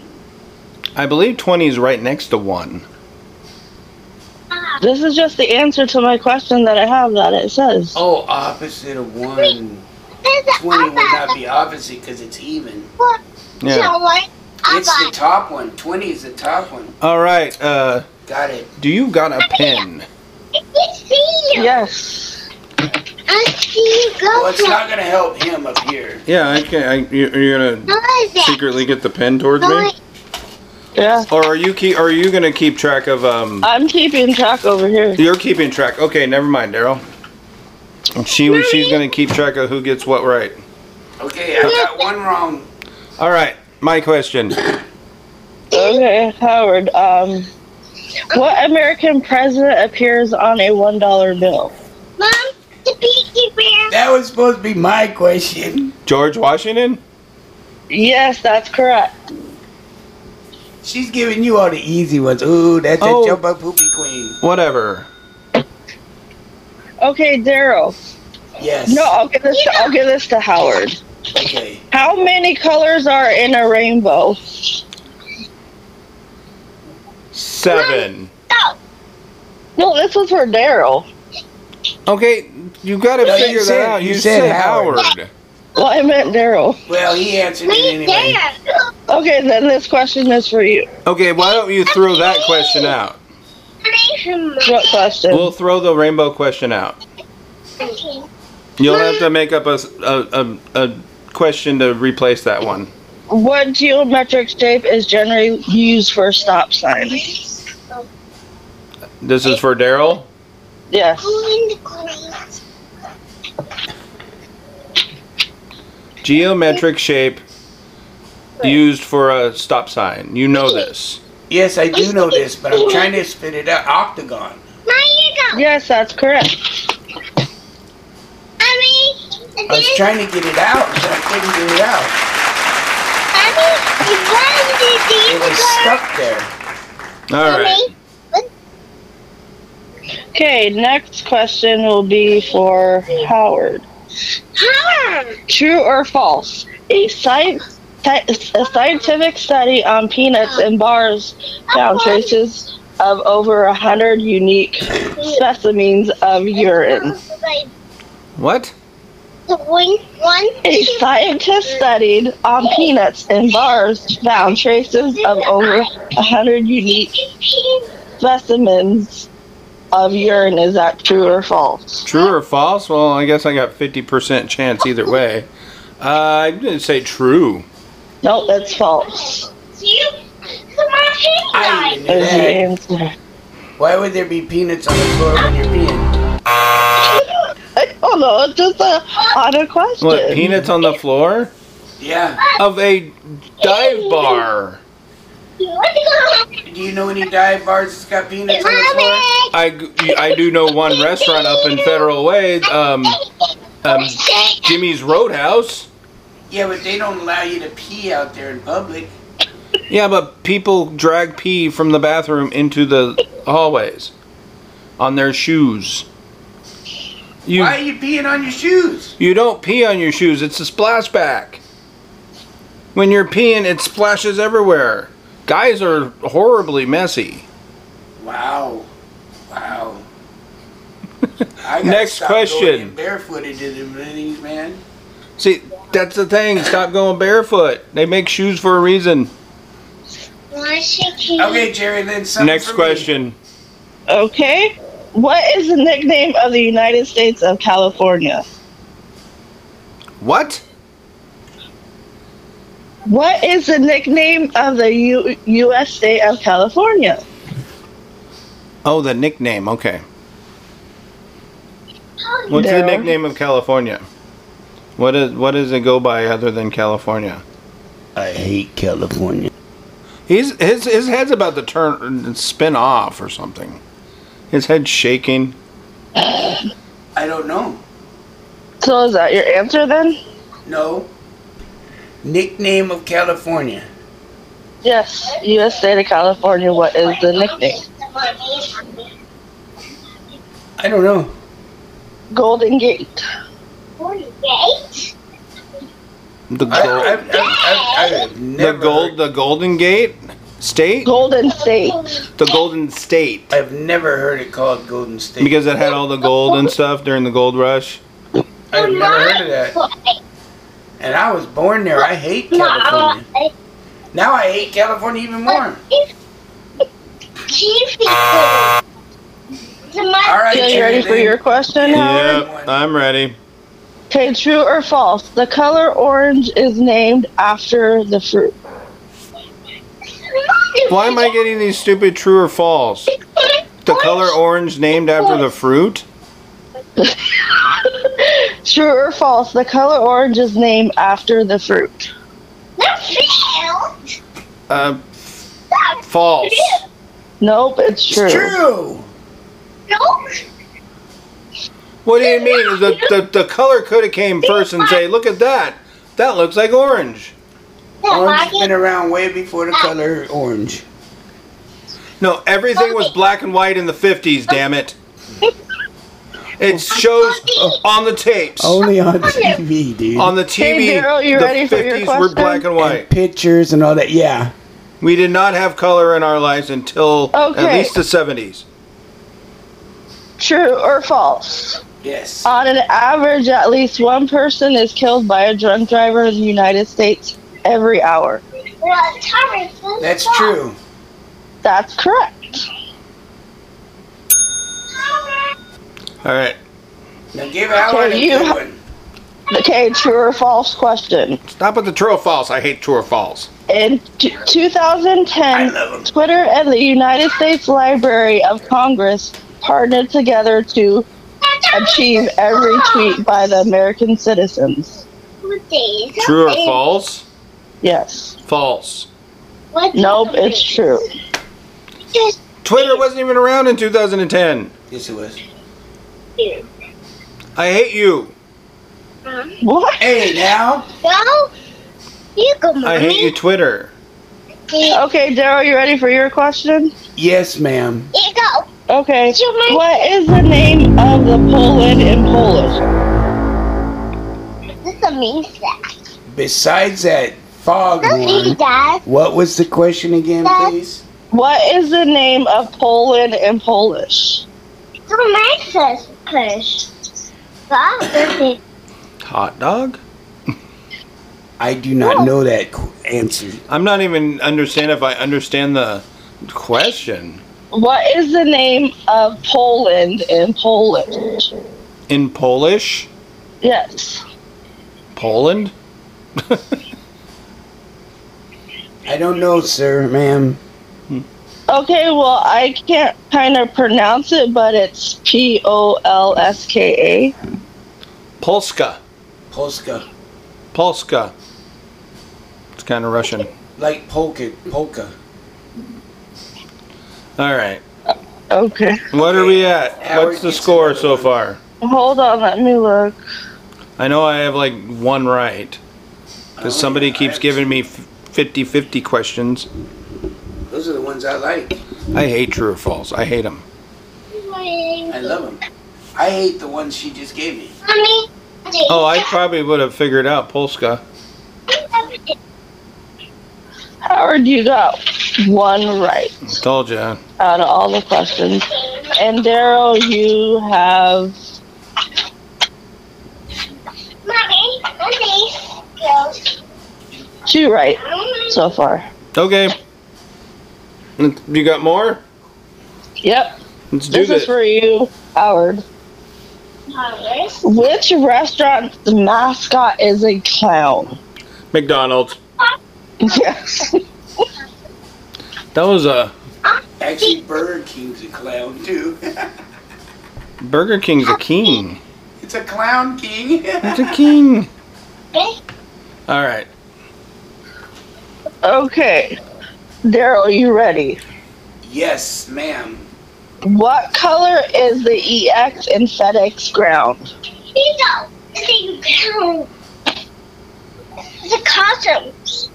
S2: I believe twenty is right next to one.
S5: This is just the answer to my question that I have that it says.
S3: Oh, opposite of 1. 20 would not be opposite because it's even.
S2: Yeah.
S3: It's the top one. 20 is the top one.
S2: All right. Uh,
S3: Got it.
S2: do you got a pen?
S5: Yes.
S3: Well, it's not going to help him up here.
S2: Yeah, I can. I, you- you're gonna secretly get the pen towards me,
S5: Yeah.
S2: or are you keep? Are you gonna keep track of? Um,
S5: I'm keeping track over here.
S2: you're keeping track. Okay, never mind, Daryl. She she's gonna keep track of who gets what right.
S3: Okay, I got one wrong.
S2: All right, my question.
S5: Okay, Howard. Um, what American president appears on a one dollar bill?
S6: Mom, the Beaky Bear.
S3: That was supposed to be my question.
S2: George Washington.
S5: Yes, that's correct.
S3: She's giving you all the easy ones. Ooh, that's
S2: Oh.
S3: a jump up poopy queen.
S2: Whatever.
S5: Okay, Daryl.
S3: Yes.
S5: No, I'll give this. To, I'll give this to Howard.
S3: Okay.
S5: How many colors are in a rainbow?
S2: Seven.
S5: No, this was for Daryl.
S2: Okay, you gotta
S3: No, you
S2: figure
S3: said-
S2: that out. You,
S3: you
S2: said,
S3: said
S2: Howard.
S3: Howard.
S5: Well, I meant Daryl.
S3: Well, he answered it anyway.
S5: Okay, then this question is for you.
S2: Okay, why don't you throw that question out?
S5: What question?
S2: We'll throw the rainbow question out. You'll have to make up a s- a- a, a question to replace that one.
S5: what geometric shape is generally used for a stop sign?
S2: This is for Daryl.
S5: Yes.
S2: Geometric shape used for a stop sign. You know this.
S3: Yes, I do know this, but I'm trying to spit it out. Octagon.
S5: Yes, that's correct.
S3: I was trying to get it out, but I couldn't get it out. It was stuck there.
S2: All right.
S5: Okay, next question will be for Howard. True or false? A sci- sci- a scientific study on peanuts and bars found traces of over a hundred unique specimens of urine.
S2: What?
S5: A scientist studied on peanuts and bars found traces of over a hundred unique specimens of urine. Is that true or false?
S2: True or false? Well, I guess I got 50% chance either way. Uh, I didn't say true.
S5: Nope, that's false.
S6: You, my
S3: I
S6: finger.
S3: knew
S5: Is the
S3: that.
S5: answer.
S3: Why would there be peanuts on the floor when you're peeing?
S5: I don't know. It's just a auto question.
S2: What, peanuts on the floor?
S3: Yeah.
S2: Of a dive bar.
S3: Do you know any dive bars that's got peanuts on the floor?
S6: Mommy.
S2: I, g- I do know one restaurant up in Federal Way, um, um, Jimmy's Roadhouse.
S3: Yeah, but they don't allow you to pee out there in public.
S2: Yeah, but people drag pee from the bathroom into the hallways on their shoes. You
S3: Why are you peeing on your shoes?
S2: you don't pee on your shoes. It's a splashback. When you're peeing, it splashes everywhere. Guys are horribly messy.
S3: Wow. Wow. I gotta
S2: Next
S3: stop
S2: question.
S3: going in Barefooted to them things, man.
S2: See, that's the thing. Stop going barefoot. They make shoes for a reason.
S3: Okay, Jerry Lynn, something
S2: Next
S3: for me.
S2: question.
S5: Okay. What is the nickname of the United States of California?
S2: What?
S5: What is the nickname of the U- U.S. state of California?
S2: Oh, the nickname. Okay. What's the
S5: Daryl?
S2: nickname of California? What is what does it go by other than California?
S3: I hate California.
S2: He's his his head's about to turn and spin off or something. His head's shaking.
S3: I don't know.
S5: So is that your answer then?
S3: No. Nickname of California.
S5: Yes, U.S. state of California. What is the nickname?
S3: I don't know.
S5: Golden Gate.
S2: The gold,
S3: I, I, I, I, I have
S2: the
S3: never
S2: gold, the Golden Gate State,
S5: Golden State.
S2: the Golden State,
S3: I've never heard it called Golden State.
S2: because it had all the gold and stuff during the gold rush.
S3: I've never heard of that. And I was born there. I hate California. Now I hate California even more. All right,
S5: So you
S3: Jerry
S5: ready for
S3: Lynn.
S5: your question? Howard?
S2: Yep, I'm ready.
S5: Okay, true or false? The color orange is named after the fruit.
S2: Why am I getting these stupid true or false? The color orange named after the fruit?
S5: True or false? The color orange is named after the fruit.
S2: Uh, false.
S5: Nope, it's true.
S3: It's true.
S2: What do you mean? The, the, the color could have came first and say, look at that. That looks like orange.
S3: Orange has been around way before the color orange.
S2: No, everything was black and white in the 50s, damn it. It shows on the tapes.
S3: Only on TV, dude.
S2: On the TV,
S5: Hey, Daryl, you
S2: the
S5: ready for your
S2: 50s were black
S5: question?
S2: and white.
S3: pictures and all that. Yeah.
S2: We did not have color in our lives until at
S5: Okay.
S2: least the 70s.
S5: True or false?
S3: Yes.
S5: On an average, at least one person is killed by a drunk driver in the United States every hour.
S3: That's true.
S5: That's correct.
S2: All right,
S3: Now give Howard a
S5: you-
S3: good one.
S5: Okay, true or false question.
S2: stop with the true or false. I hate true or false.
S5: In t- 2010, Twitter and the United States Library of Congress partnered together to achieve every tweet by the American citizens.
S2: True or false?
S5: Yes.
S2: False.
S5: Nope, it's true.
S2: Twitter wasn't even around in 2010.
S3: Yes, it was.
S2: I hate you.
S5: What?
S3: Hey, now.
S6: No. You go, mommy.
S2: I hate you, Twitter.
S5: Okay, Daryl, you ready for your question?
S3: Yes, ma'am.
S6: You go.
S5: Okay.
S6: It's your mind.
S5: What is the name of the Poland in Polish?
S6: This a mean sack.
S3: Besides that
S6: Don't
S3: foghorn,
S6: eat that.
S3: what was the question again, please?
S5: What is the name of Poland in Polish?
S6: Don't make us push. Stop it.
S2: Hot dog?
S3: I do not know that qu- answer.
S2: I'm not even understand if I understand the question
S5: What is the name of Poland in Polish?
S2: in Polish.
S5: Yes.
S2: Poland?
S3: I don't know, sir, ma'am.
S5: Okay, well, I can't kind of pronounce it, but it's P O L S K A.
S2: Polska.
S3: Polska.
S2: Polska. It's kind of Russian.
S3: Like polka. Polka.
S2: All right.
S5: Okay.
S2: What are we at?
S3: Howard
S2: What's the
S3: gets
S2: score
S3: another
S2: so
S3: one.
S2: far?
S5: Hold on, let me look.
S2: I know I have like one right. Because
S3: Oh,
S2: somebody
S3: yeah, I
S2: keeps
S3: have-
S2: giving me 50 50 questions.
S3: Those are the ones I like.
S2: I hate true or false. I hate them.
S3: I love them. I hate the ones she just gave me.
S6: Mommy.
S2: Oh, I probably would have figured out Polska.
S5: Howard, you got one right
S2: Told you.
S5: out of all the questions. And Daryl, you have
S6: Mommy, Mommy, girls.
S5: two right so far.
S2: Okay. You got more?
S5: Yep,
S2: Let's do
S5: this
S2: this.
S5: is for you, Howard.
S6: Howard.
S5: Which restaurant's mascot is a clown?
S2: McDonald's.
S5: Yes.
S2: That was a
S3: Actually, Burger King's a clown, too.
S2: Burger King's a king.
S3: it's a clown king.
S2: It's a king.
S6: Okay.
S2: All right.
S5: Okay. Daryl, you ready?
S3: yes, ma'am.
S5: What color is the EX in FedEx ground?
S6: These are the things down. The costumes.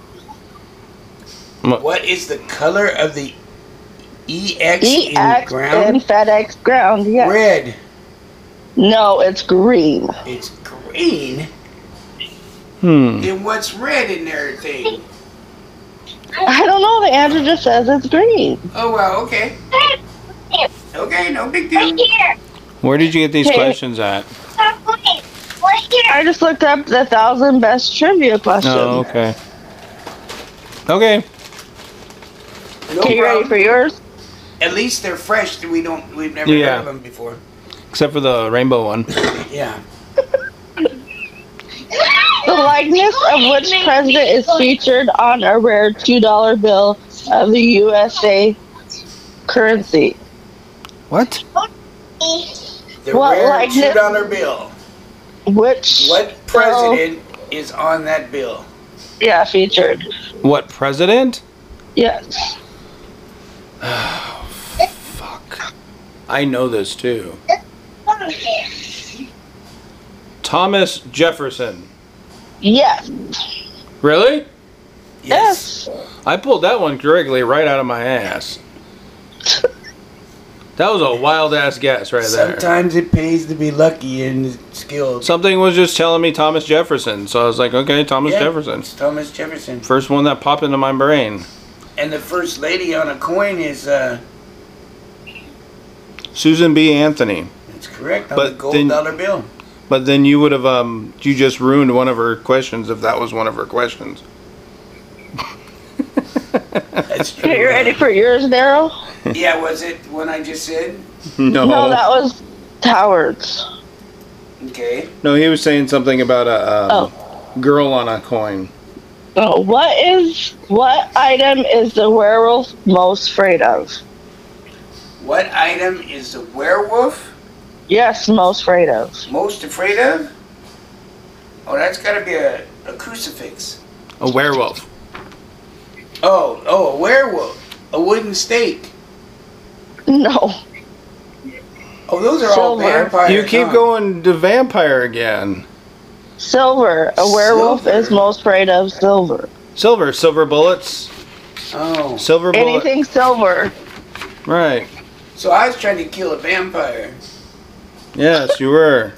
S3: What is the color of the EX, in
S5: EX E in
S3: E ground?
S5: FedEx ground, yes.
S3: Red.
S5: No, it's green.
S3: It's green.
S2: Hmm.
S3: Then what's red in their thing?
S5: I don't know. The answer just says it's green.
S3: Oh, well, okay.
S6: Right
S3: Okay, no big deal.
S6: here.
S2: Where did you get these
S5: Hey.
S2: questions at?
S6: Right right here.
S5: I just looked up the thousand best trivia questions.
S2: Oh, okay. Okay.
S3: No
S5: okay, you ready
S3: problem.
S5: for yours?
S3: At least they're fresh. that We don't. We've never
S2: Yeah.
S3: heard of them before.
S2: Except for the rainbow one.
S3: Yeah.
S5: The likeness of which president is featured on a rare two dollar bill of the USA currency?
S2: What?
S3: The
S5: What
S3: rare
S5: likeness-
S3: two dollar bill.
S5: Which
S3: What president is on that bill?
S5: yeah, featured.
S2: What president?
S5: Yes.
S2: Fuck. I know this too. Thomas Jefferson.
S5: Yes.
S2: Really?
S5: Yes.
S2: I pulled that one correctly right out of my ass. That was a wild ass guess right there.
S3: Sometimes it pays to be lucky and skilled.
S2: Something was just telling me Thomas Jefferson, so I was like, okay, Thomas
S3: Yeah.
S2: Jefferson.
S3: It's Thomas Jefferson.
S2: First one that popped into my brain.
S3: And the first lady on a coin is. uh
S2: Susan B. Anthony.
S3: That's correct. On
S2: But
S3: the gold
S2: then-
S3: dollar bill.
S2: But then you would have um you just ruined one of her questions if that was one of her questions.
S3: That's true.
S5: Okay, you ready for yours, Daryl?
S3: Yeah, was it when I just said?
S2: No.
S5: No, that was Howard's.
S3: Okay.
S2: No, he was saying something about a um,
S5: Oh.
S2: girl on a coin.
S5: Oh, what is what item is the werewolf most afraid of?
S3: What item is the werewolf
S5: Yes, most afraid of.
S3: most afraid of? Oh, that's gotta be a, a crucifix.
S2: A werewolf.
S3: Oh, oh, a werewolf. A wooden stake.
S5: No.
S3: Oh, those are all
S5: Silver.
S3: vampires.
S2: you keep
S3: huh?
S2: going to vampire again.
S5: Silver. A werewolf
S3: Silver.
S5: is most afraid of silver.
S2: Silver, silver bullets,
S3: Oh.
S2: silver bullet.
S5: Anything silver.
S2: Right.
S3: So I was trying to kill a vampire.
S2: Yes, you were.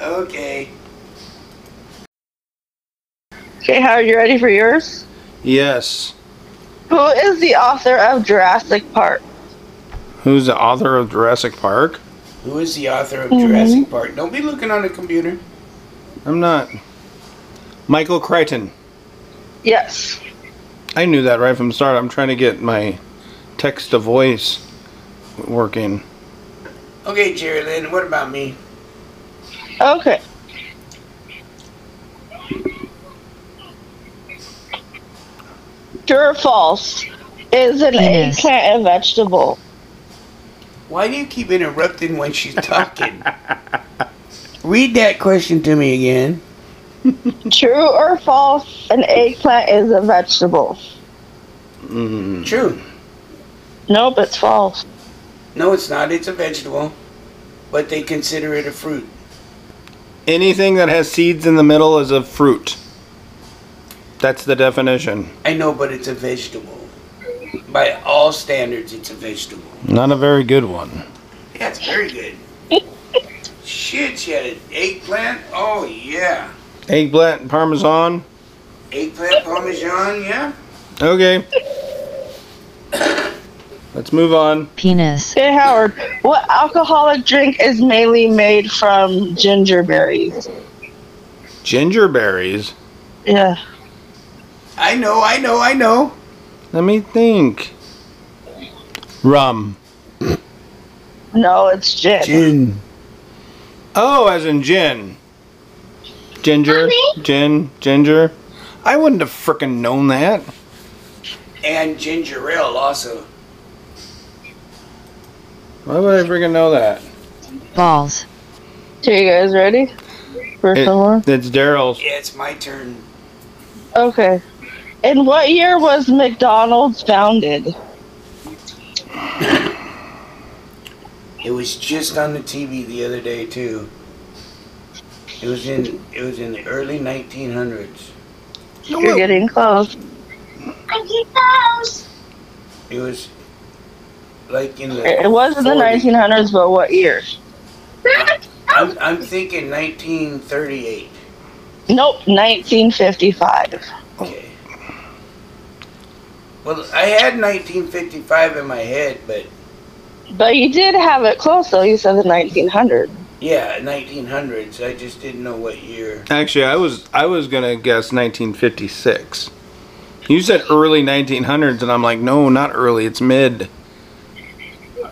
S3: Okay.
S5: Okay, Howard, you ready for yours?
S2: Yes.
S5: Who is the author of Jurassic Park?
S2: Who's the author of Jurassic Park?
S3: Who is the author of Jurassic Park? Don't be looking on the computer.
S2: I'm not. Michael Crichton.
S5: Yes.
S2: I knew that right from the start. I'm trying to get my text to voice working.
S3: Okay, Jerry Lynn, what about me?
S5: Okay. True or false? Is an
S7: It is.
S5: eggplant a vegetable?
S3: Why do you keep interrupting when she's talking? Read that question to me again.
S5: True or false? An eggplant is a vegetable.
S2: Hmm.
S3: True.
S5: Nope, it's false.
S3: No, it's not. It's a vegetable, but they consider it a fruit.
S2: Anything that has seeds in the middle is a fruit. That's the definition.
S3: I know, but it's a vegetable. By all standards, it's a vegetable.
S2: Not a very good one.
S3: Yeah, it's very good. Shit, she had an eggplant. Oh yeah,
S2: Eggplant and parmesan.
S3: eggplant parmesan. Yeah.
S2: Okay. Let's move on.
S7: penis,
S5: Hey Howard, what alcoholic drink is mainly made from ginger berries?
S2: Ginger berries.
S5: Yeah.
S3: I know. I know. I know.
S2: Let me think. Rum.
S5: No, it's gin.
S3: Gin.
S2: Oh, as in gin. Ginger, gin, ginger. I wouldn't have frickin' known that.
S3: And ginger ale also.
S2: Why would I frickin' know that?
S7: balls,
S5: Are you guys ready for
S2: It-
S5: some more?
S2: it's Daryl's.
S3: Yeah, it's my turn.
S5: Okay. In what year was McDonald's founded?
S3: It was just on the TV the other day too. It was in it was in the early 1900s.
S5: You're getting close.
S6: I get those.
S3: It was like in the
S5: It was in the
S3: 40s.
S5: 1900s, but what year?
S3: I'm I'm thinking 1938.
S5: Nope, 1955.
S3: Okay. Well, I had 1955 in my head, but
S5: But you did have it close, though. You said the 1900s.
S3: yeah, 1900s. I just didn't know what year.
S2: Actually, I was I was gonna guess 1956. You said early 1900s, and I'm like, no, not early. It's mid.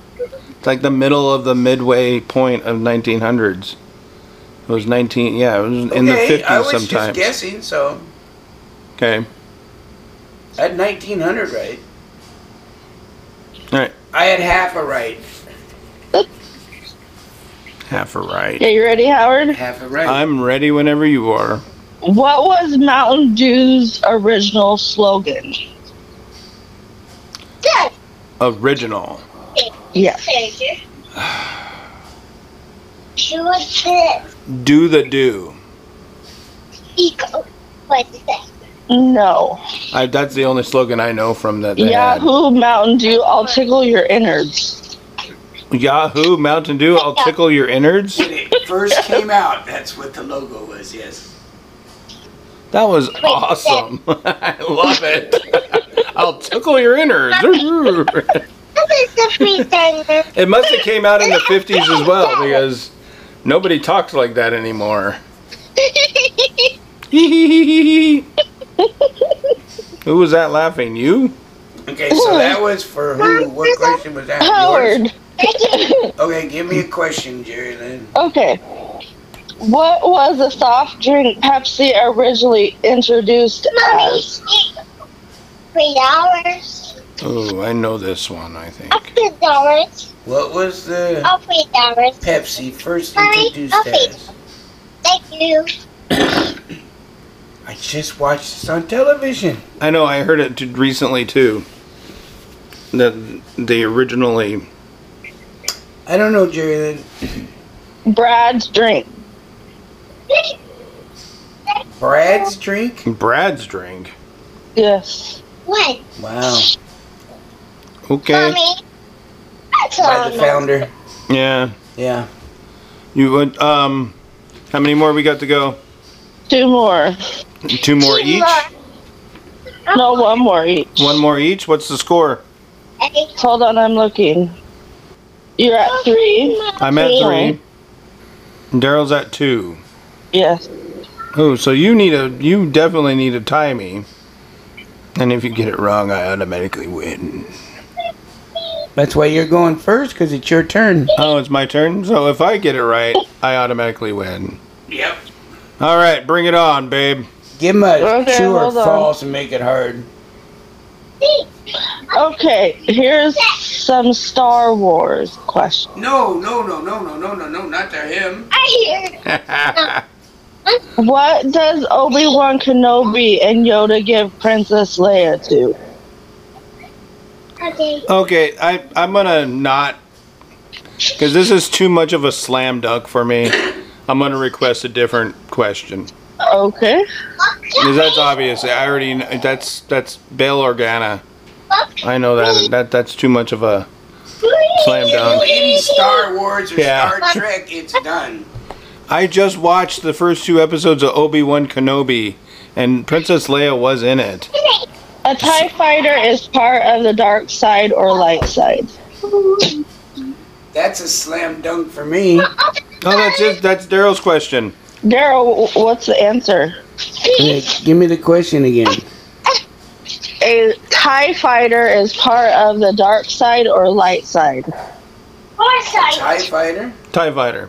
S2: It's like the middle of the midway point of 1900s. It was 19. Yeah, it was in the
S3: Okay,
S2: 50s
S3: I was
S2: sometimes.
S3: just guessing, so
S2: Okay.
S3: I had 1900 right.
S2: All right.
S3: I had half a right.
S2: Half a right.
S5: Yeah, you ready, Howard?
S3: Half a right.
S2: I'm ready whenever you are.
S5: What was Mountain Dew's original slogan?
S6: Good.
S2: Original.
S5: Yes.
S6: Thank you. She was the
S2: Do the do.
S6: eco. What's that?
S5: No.
S2: I, that's the only slogan I know from that. They had.
S5: Yahoo Mountain Dew, I'll tickle your innards.
S2: Yahoo, Mountain Dew, I'll tickle your innards.
S3: when it first came out, that's what the logo was, yes.
S2: That was awesome. I love it. I'll tickle your innards.
S6: That is the free thing.
S2: it must have came out in the 50s as well because nobody talks like that anymore. Who was that laughing? You?
S3: Okay, so that was for who? What question was that? Yours?
S5: Howard.
S3: Okay, give me a question, Jerry Lynn.
S5: Okay. What was the soft drink Pepsi originally introduced
S6: Mommy,
S5: as?
S6: three dollars.
S2: Oh, I know this one, I think.
S6: Up three dollars.
S3: What was the
S6: Up three dollars.
S3: Pepsi first
S6: Mommy,
S3: introduced
S6: okay.
S3: as?
S6: Thank you.
S3: I just watched this on television.
S2: I know, I heard it t- recently too. That they originally.
S3: I don't know, Jerry Lynn.
S5: Brad's drink.
S3: Brad's drink?
S2: Brad's drink.
S5: Yes.
S6: What?
S3: Wow.
S2: Okay.
S6: Mommy. That's
S3: By the
S6: all.
S3: founder.
S2: Yeah.
S3: Yeah.
S2: You would. Um. How many more we got to go?
S5: Two more.
S2: Two more each.
S5: No, one more each.
S2: One more each. What's the score?
S5: Hold on, I'm looking. You're at three?
S2: I'm at
S5: Three.
S2: three. Daryl's at two.
S5: Yes.
S2: Oh, so you need a. You definitely need to tie me. And if you get it wrong, I automatically win.
S3: That's why you're going first, because it's your turn.
S2: Oh, it's my turn. So if I get it right, I automatically win.
S3: Yep.
S2: All right, bring it on, babe.
S3: Give him a
S5: Okay,
S3: true or
S5: hold on.
S3: false and make it hard.
S5: Okay, here's some Star Wars questions.
S3: No, no, no, no, no, no, no, no, not to him.
S5: What does Obi Wan Kenobi and Yoda give Princess Leia to?
S6: Okay.
S2: Okay, I I'm gonna not because this is too much of a slam dunk for me. I'm gonna request a different question
S5: Okay.
S2: because that's obvious. I already kn- that's that's Bail Organa. I know that that that's too much of a slam
S3: Do
S2: dunk.
S3: any Star Wars or
S2: Yeah.
S3: Star Trek, it's done.
S2: I just watched the first two episodes of Obi Wan Kenobi, and Princess Leia was in it.
S5: A TIE fighter is part of the dark side or light side.
S3: That's a slam dunk for me.
S2: No, that's it. That's Daryl's question.
S5: Daryl, wh- what's the answer?
S3: give me the question again.
S5: A TIE fighter is part of the dark side or light side.
S3: Tie Fighter?
S2: Tie fighter.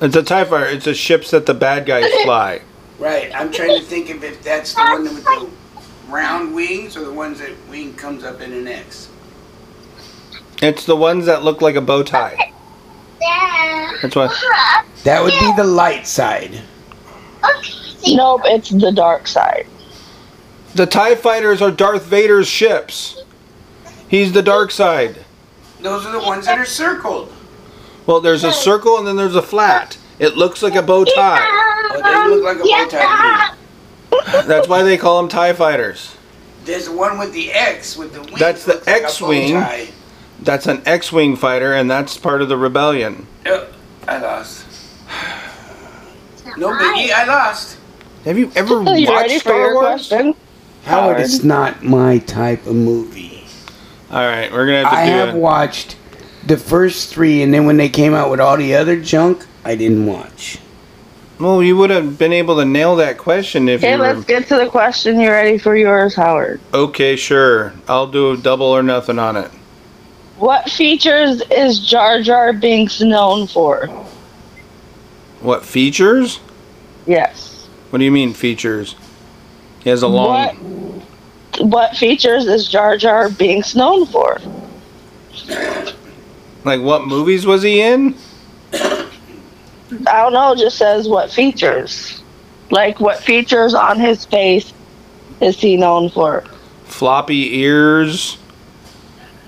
S2: It's a tie fighter. It's the ships that the bad guys fly.
S3: Right. I'm trying to think of if that's the one with the round wings or the ones that wing comes up in an X.
S2: It's the ones that look like a bow tie. That's why.
S3: That would be the light side.
S5: Nope, it's the dark side.
S2: The TIE fighters are Darth Vader's ships. He's the dark side.
S3: Those are the ones that are circled.
S2: Well, there's a circle and then there's a flat. It looks like a bow tie.
S3: Oh, they look like a bow tie to me.
S2: That's why they call them TIE fighters.
S3: There's the one with the X with the wing.
S2: That's
S3: that
S2: the
S3: looks like a bow
S2: X-wing.
S3: tie.
S2: That's an X Wing fighter, and that's part of the rebellion.
S3: Oh, I lost. No biggie, I lost.
S2: Have you ever
S5: You
S2: watched
S5: ready Oh, for
S2: Star
S5: your
S2: Wars?
S5: question?
S3: Howard,
S5: Howard.
S3: it's not my type of movie.
S2: All right, we're gonna have
S3: I
S2: to
S3: have
S2: do it.
S3: watched the first three, and then when they came out with all the other junk, I didn't watch.
S2: Well, you would have been able to nail that question if
S5: Okay,
S2: you were.
S5: let's get to the question. You ready for yours, Howard?
S2: Okay, sure. I'll do a double or nothing on it.
S5: What features is Jar Jar Binks known for?
S2: What features?
S5: Yes.
S2: What do you mean features? He has a long.
S5: What what features is Jar Jar Binks known for?
S2: Like what movies was he in?
S5: I don't know, it just says what features. Like what features on his face is he known for?
S2: Floppy ears.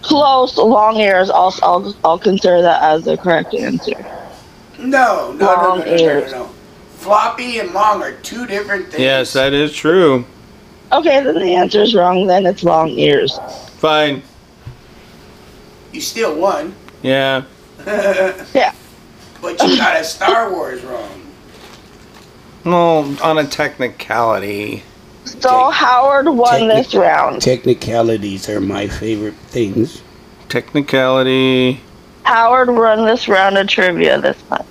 S5: Close, long ears. I'll, I'll, I'll consider that as the correct answer.
S3: No, no, no, no, no, no,
S5: Long
S3: no,
S5: ears.
S3: no. Floppy and long are two different things.
S2: Yes, that is true.
S5: Okay, then the answer's wrong. Then it's long ears.
S2: Fine.
S3: you still won,
S2: Yeah.
S3: but you got a Star Wars wrong.
S2: Well, on a technicality.
S5: So Howard won
S3: Technic-
S5: this round.
S3: Technicalities are my favorite things.
S2: Technicality.
S5: Howard won this round of trivia this time.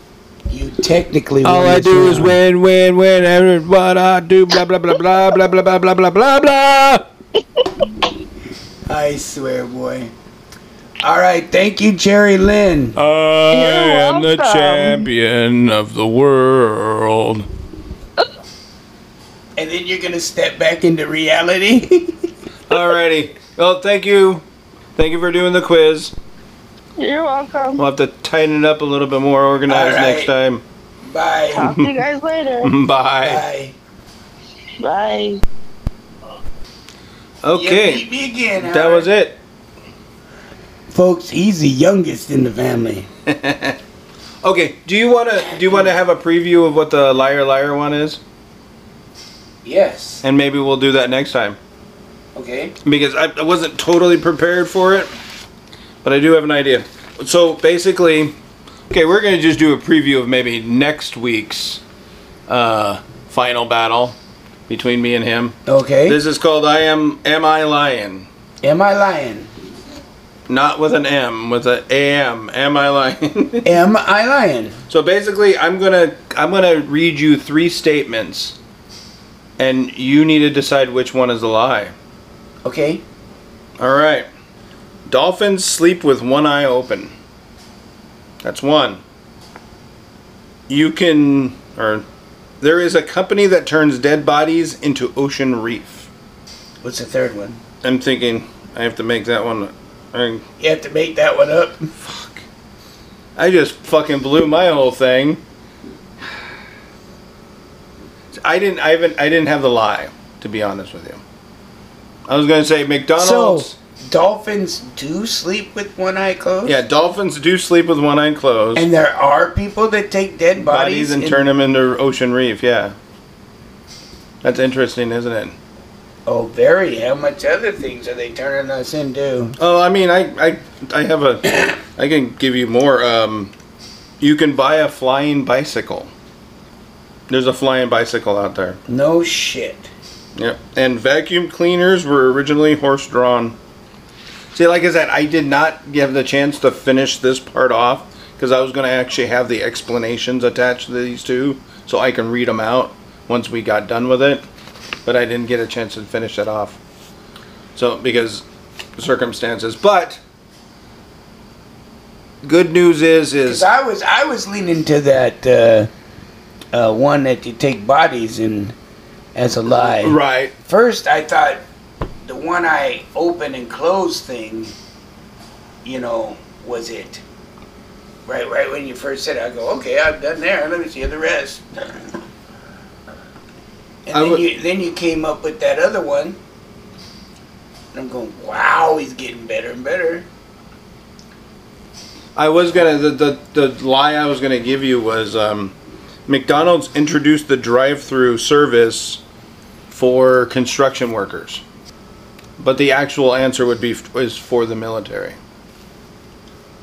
S3: You technically
S2: All I do is win, win, win. and What I do, blah blah blah blah blah blah blah blah blah blah blah.
S3: I swear, boy. All right, thank you, Jerry Lynn.
S2: I
S5: You're am the welcome.
S2: champion of the world.
S3: And then you're gonna step back into reality.
S2: Alrighty. Well, thank you. Thank you for doing the quiz.
S5: You're welcome.
S2: We'll have to tighten it up a little bit more organized
S3: All right.
S2: next time.
S3: Bye.
S5: Talk to you guys later.
S1: Mm-hmm.
S2: Bye.
S3: Bye.
S5: Bye.
S2: Okay.
S3: You beat me again.
S2: That was it.
S3: Folks, he's the youngest in the family.
S2: Okay. Do you wanna Uh, do you wanna have a preview of what the liar liar one is?
S3: Yes.
S2: And maybe we'll do that next time.
S3: Okay.
S2: because I, I wasn't totally prepared for it, but I do have an idea. So basically, okay, we're gonna just do a preview of maybe next week's uh, final battle between me and him.
S3: Okay.
S2: This is called "I Am Am I Lion,"
S3: Am I lying?
S2: not with an M, with an A-M. Am I Lion?
S3: Am I lying?
S2: so basically, I'm gonna I'm gonna read you three statements, and you need to decide which one is a lie.
S3: Okay.
S2: All right. Dolphins sleep with one eye open. That's one. You can, or there is a company that turns dead bodies into ocean reef.
S3: What's the third one?
S2: I'm thinking I have to make that one. I,
S3: You have to make that one up.
S2: I just fucking blew my whole thing. I didn't. I haven't. I didn't have the lie. To be honest with you, I was gonna say McDonald's.
S3: So, dolphins do sleep with one eye closed?
S2: yeah, dolphins do sleep with one eye closed.
S3: And there are people that take dead bodies,
S2: bodies and turn them into ocean reef. Yeah, that's interesting, isn't it?
S3: Oh, very. How much other things are they turning us into?
S2: Oh, I mean, I, I, I have a, I can give you more. Um, you can buy a flying bicycle. There's a flying bicycle out there.
S3: No shit.
S2: Yep. And vacuum cleaners were originally horse drawn. See, like I said, I did not give the chance to finish this part off because I was going to actually have the explanations attached to these two so I can read them out once we got done with it. But I didn't get a chance to finish that off. So, because circumstances. But, good news is, is.
S3: 'Cause I was I was leaning to that uh, uh, one that you take bodies in as a lie.
S2: right.
S3: First, I thought the one eye open and close thing, you know, was it. Right, right when you first said it, I go, okay, I've done there. Let me see the rest. And
S2: I
S3: then,
S2: would-
S3: you, then you came up with that other one. And I'm going, wow, he's getting better and better.
S2: I was gonna the, the the lie I was gonna give you was um, McDonald's introduced the drive-through service for construction workers, but the actual answer would be f- is for the military.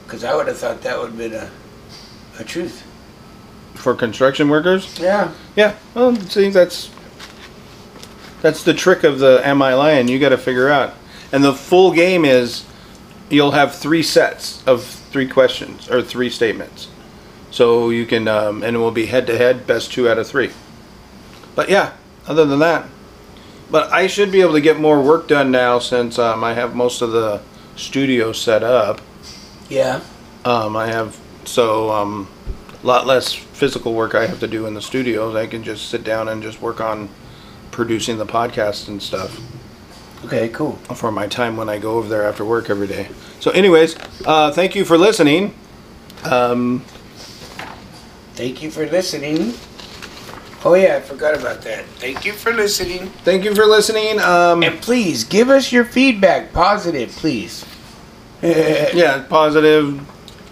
S3: Because I would have thought that would have been a, a truth.
S2: For construction workers,
S3: Yeah.
S2: yeah. Well, see, that's that's the trick of the Am I Lying? You got to figure out. And the full game is you'll have three sets of three questions or three statements. So you can, um, and it will be head to head, best two out of three. But yeah, other than that, but I should be able to get more work done now since um, I have most of the studio set up.
S3: Yeah.
S2: Um, I have so um, a lot less physical work I have to do in the studios. I can just sit down and just work on producing the podcast and stuff
S3: Okay, cool.
S2: for my time when I go over there after work every day. So, anyways, uh, thank you for listening. Um,
S3: Thank you for listening. Oh, yeah, I forgot about that. Thank you for listening.
S2: thank you for listening. Um,
S3: And please give us your feedback, positive, please.
S2: yeah, positive,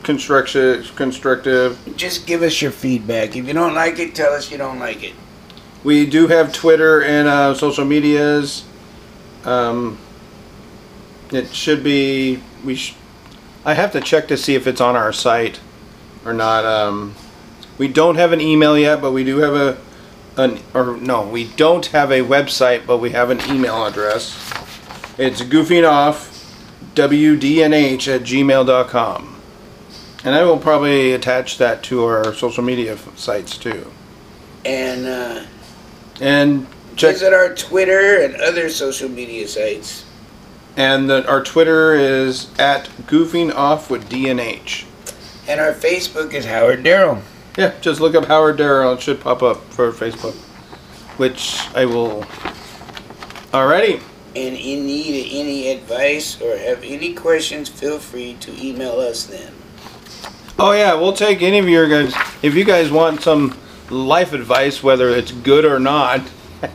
S2: constructive, constructive.
S3: Just give us your feedback. If you don't like it, tell us you don't like it.
S2: We do have Twitter and uh, social medias. Um, it should be. We. Sh- I have to check to see if it's on our site or not. Um, we don't have an email yet, but we do have a. An, or no, we don't have a website, but we have an email address. It's goofing off wdnh at gmail.com. And I will probably attach that to our social media f- sites too.
S3: And uh,
S2: And check.
S3: visit our Twitter and other social media sites.
S2: And the, our Twitter is at Goofing Off with DNH.
S3: And our Facebook is Howard Darrell.
S2: Yeah, just look up Howard Darrow. It should pop up for Facebook, which I will. Alrighty.
S3: And in need of any advice or have any questions, feel free to email us then.
S2: Oh yeah, we'll take any of your guys. If you guys want some life advice, whether it's good or not,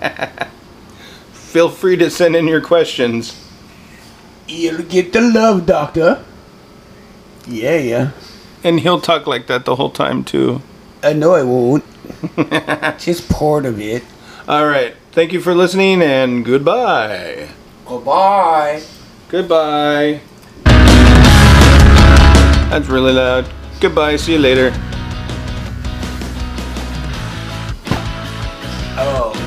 S2: feel free to send in your questions.
S3: You'll get the love, Doctor. Yeah, yeah.
S2: And he'll talk like that the whole time too.
S3: I know I won't. Just part of it.
S2: All right. Thank you for listening, and goodbye.
S3: Goodbye.
S2: Goodbye. That's really loud. Goodbye. See you later.
S3: Oh.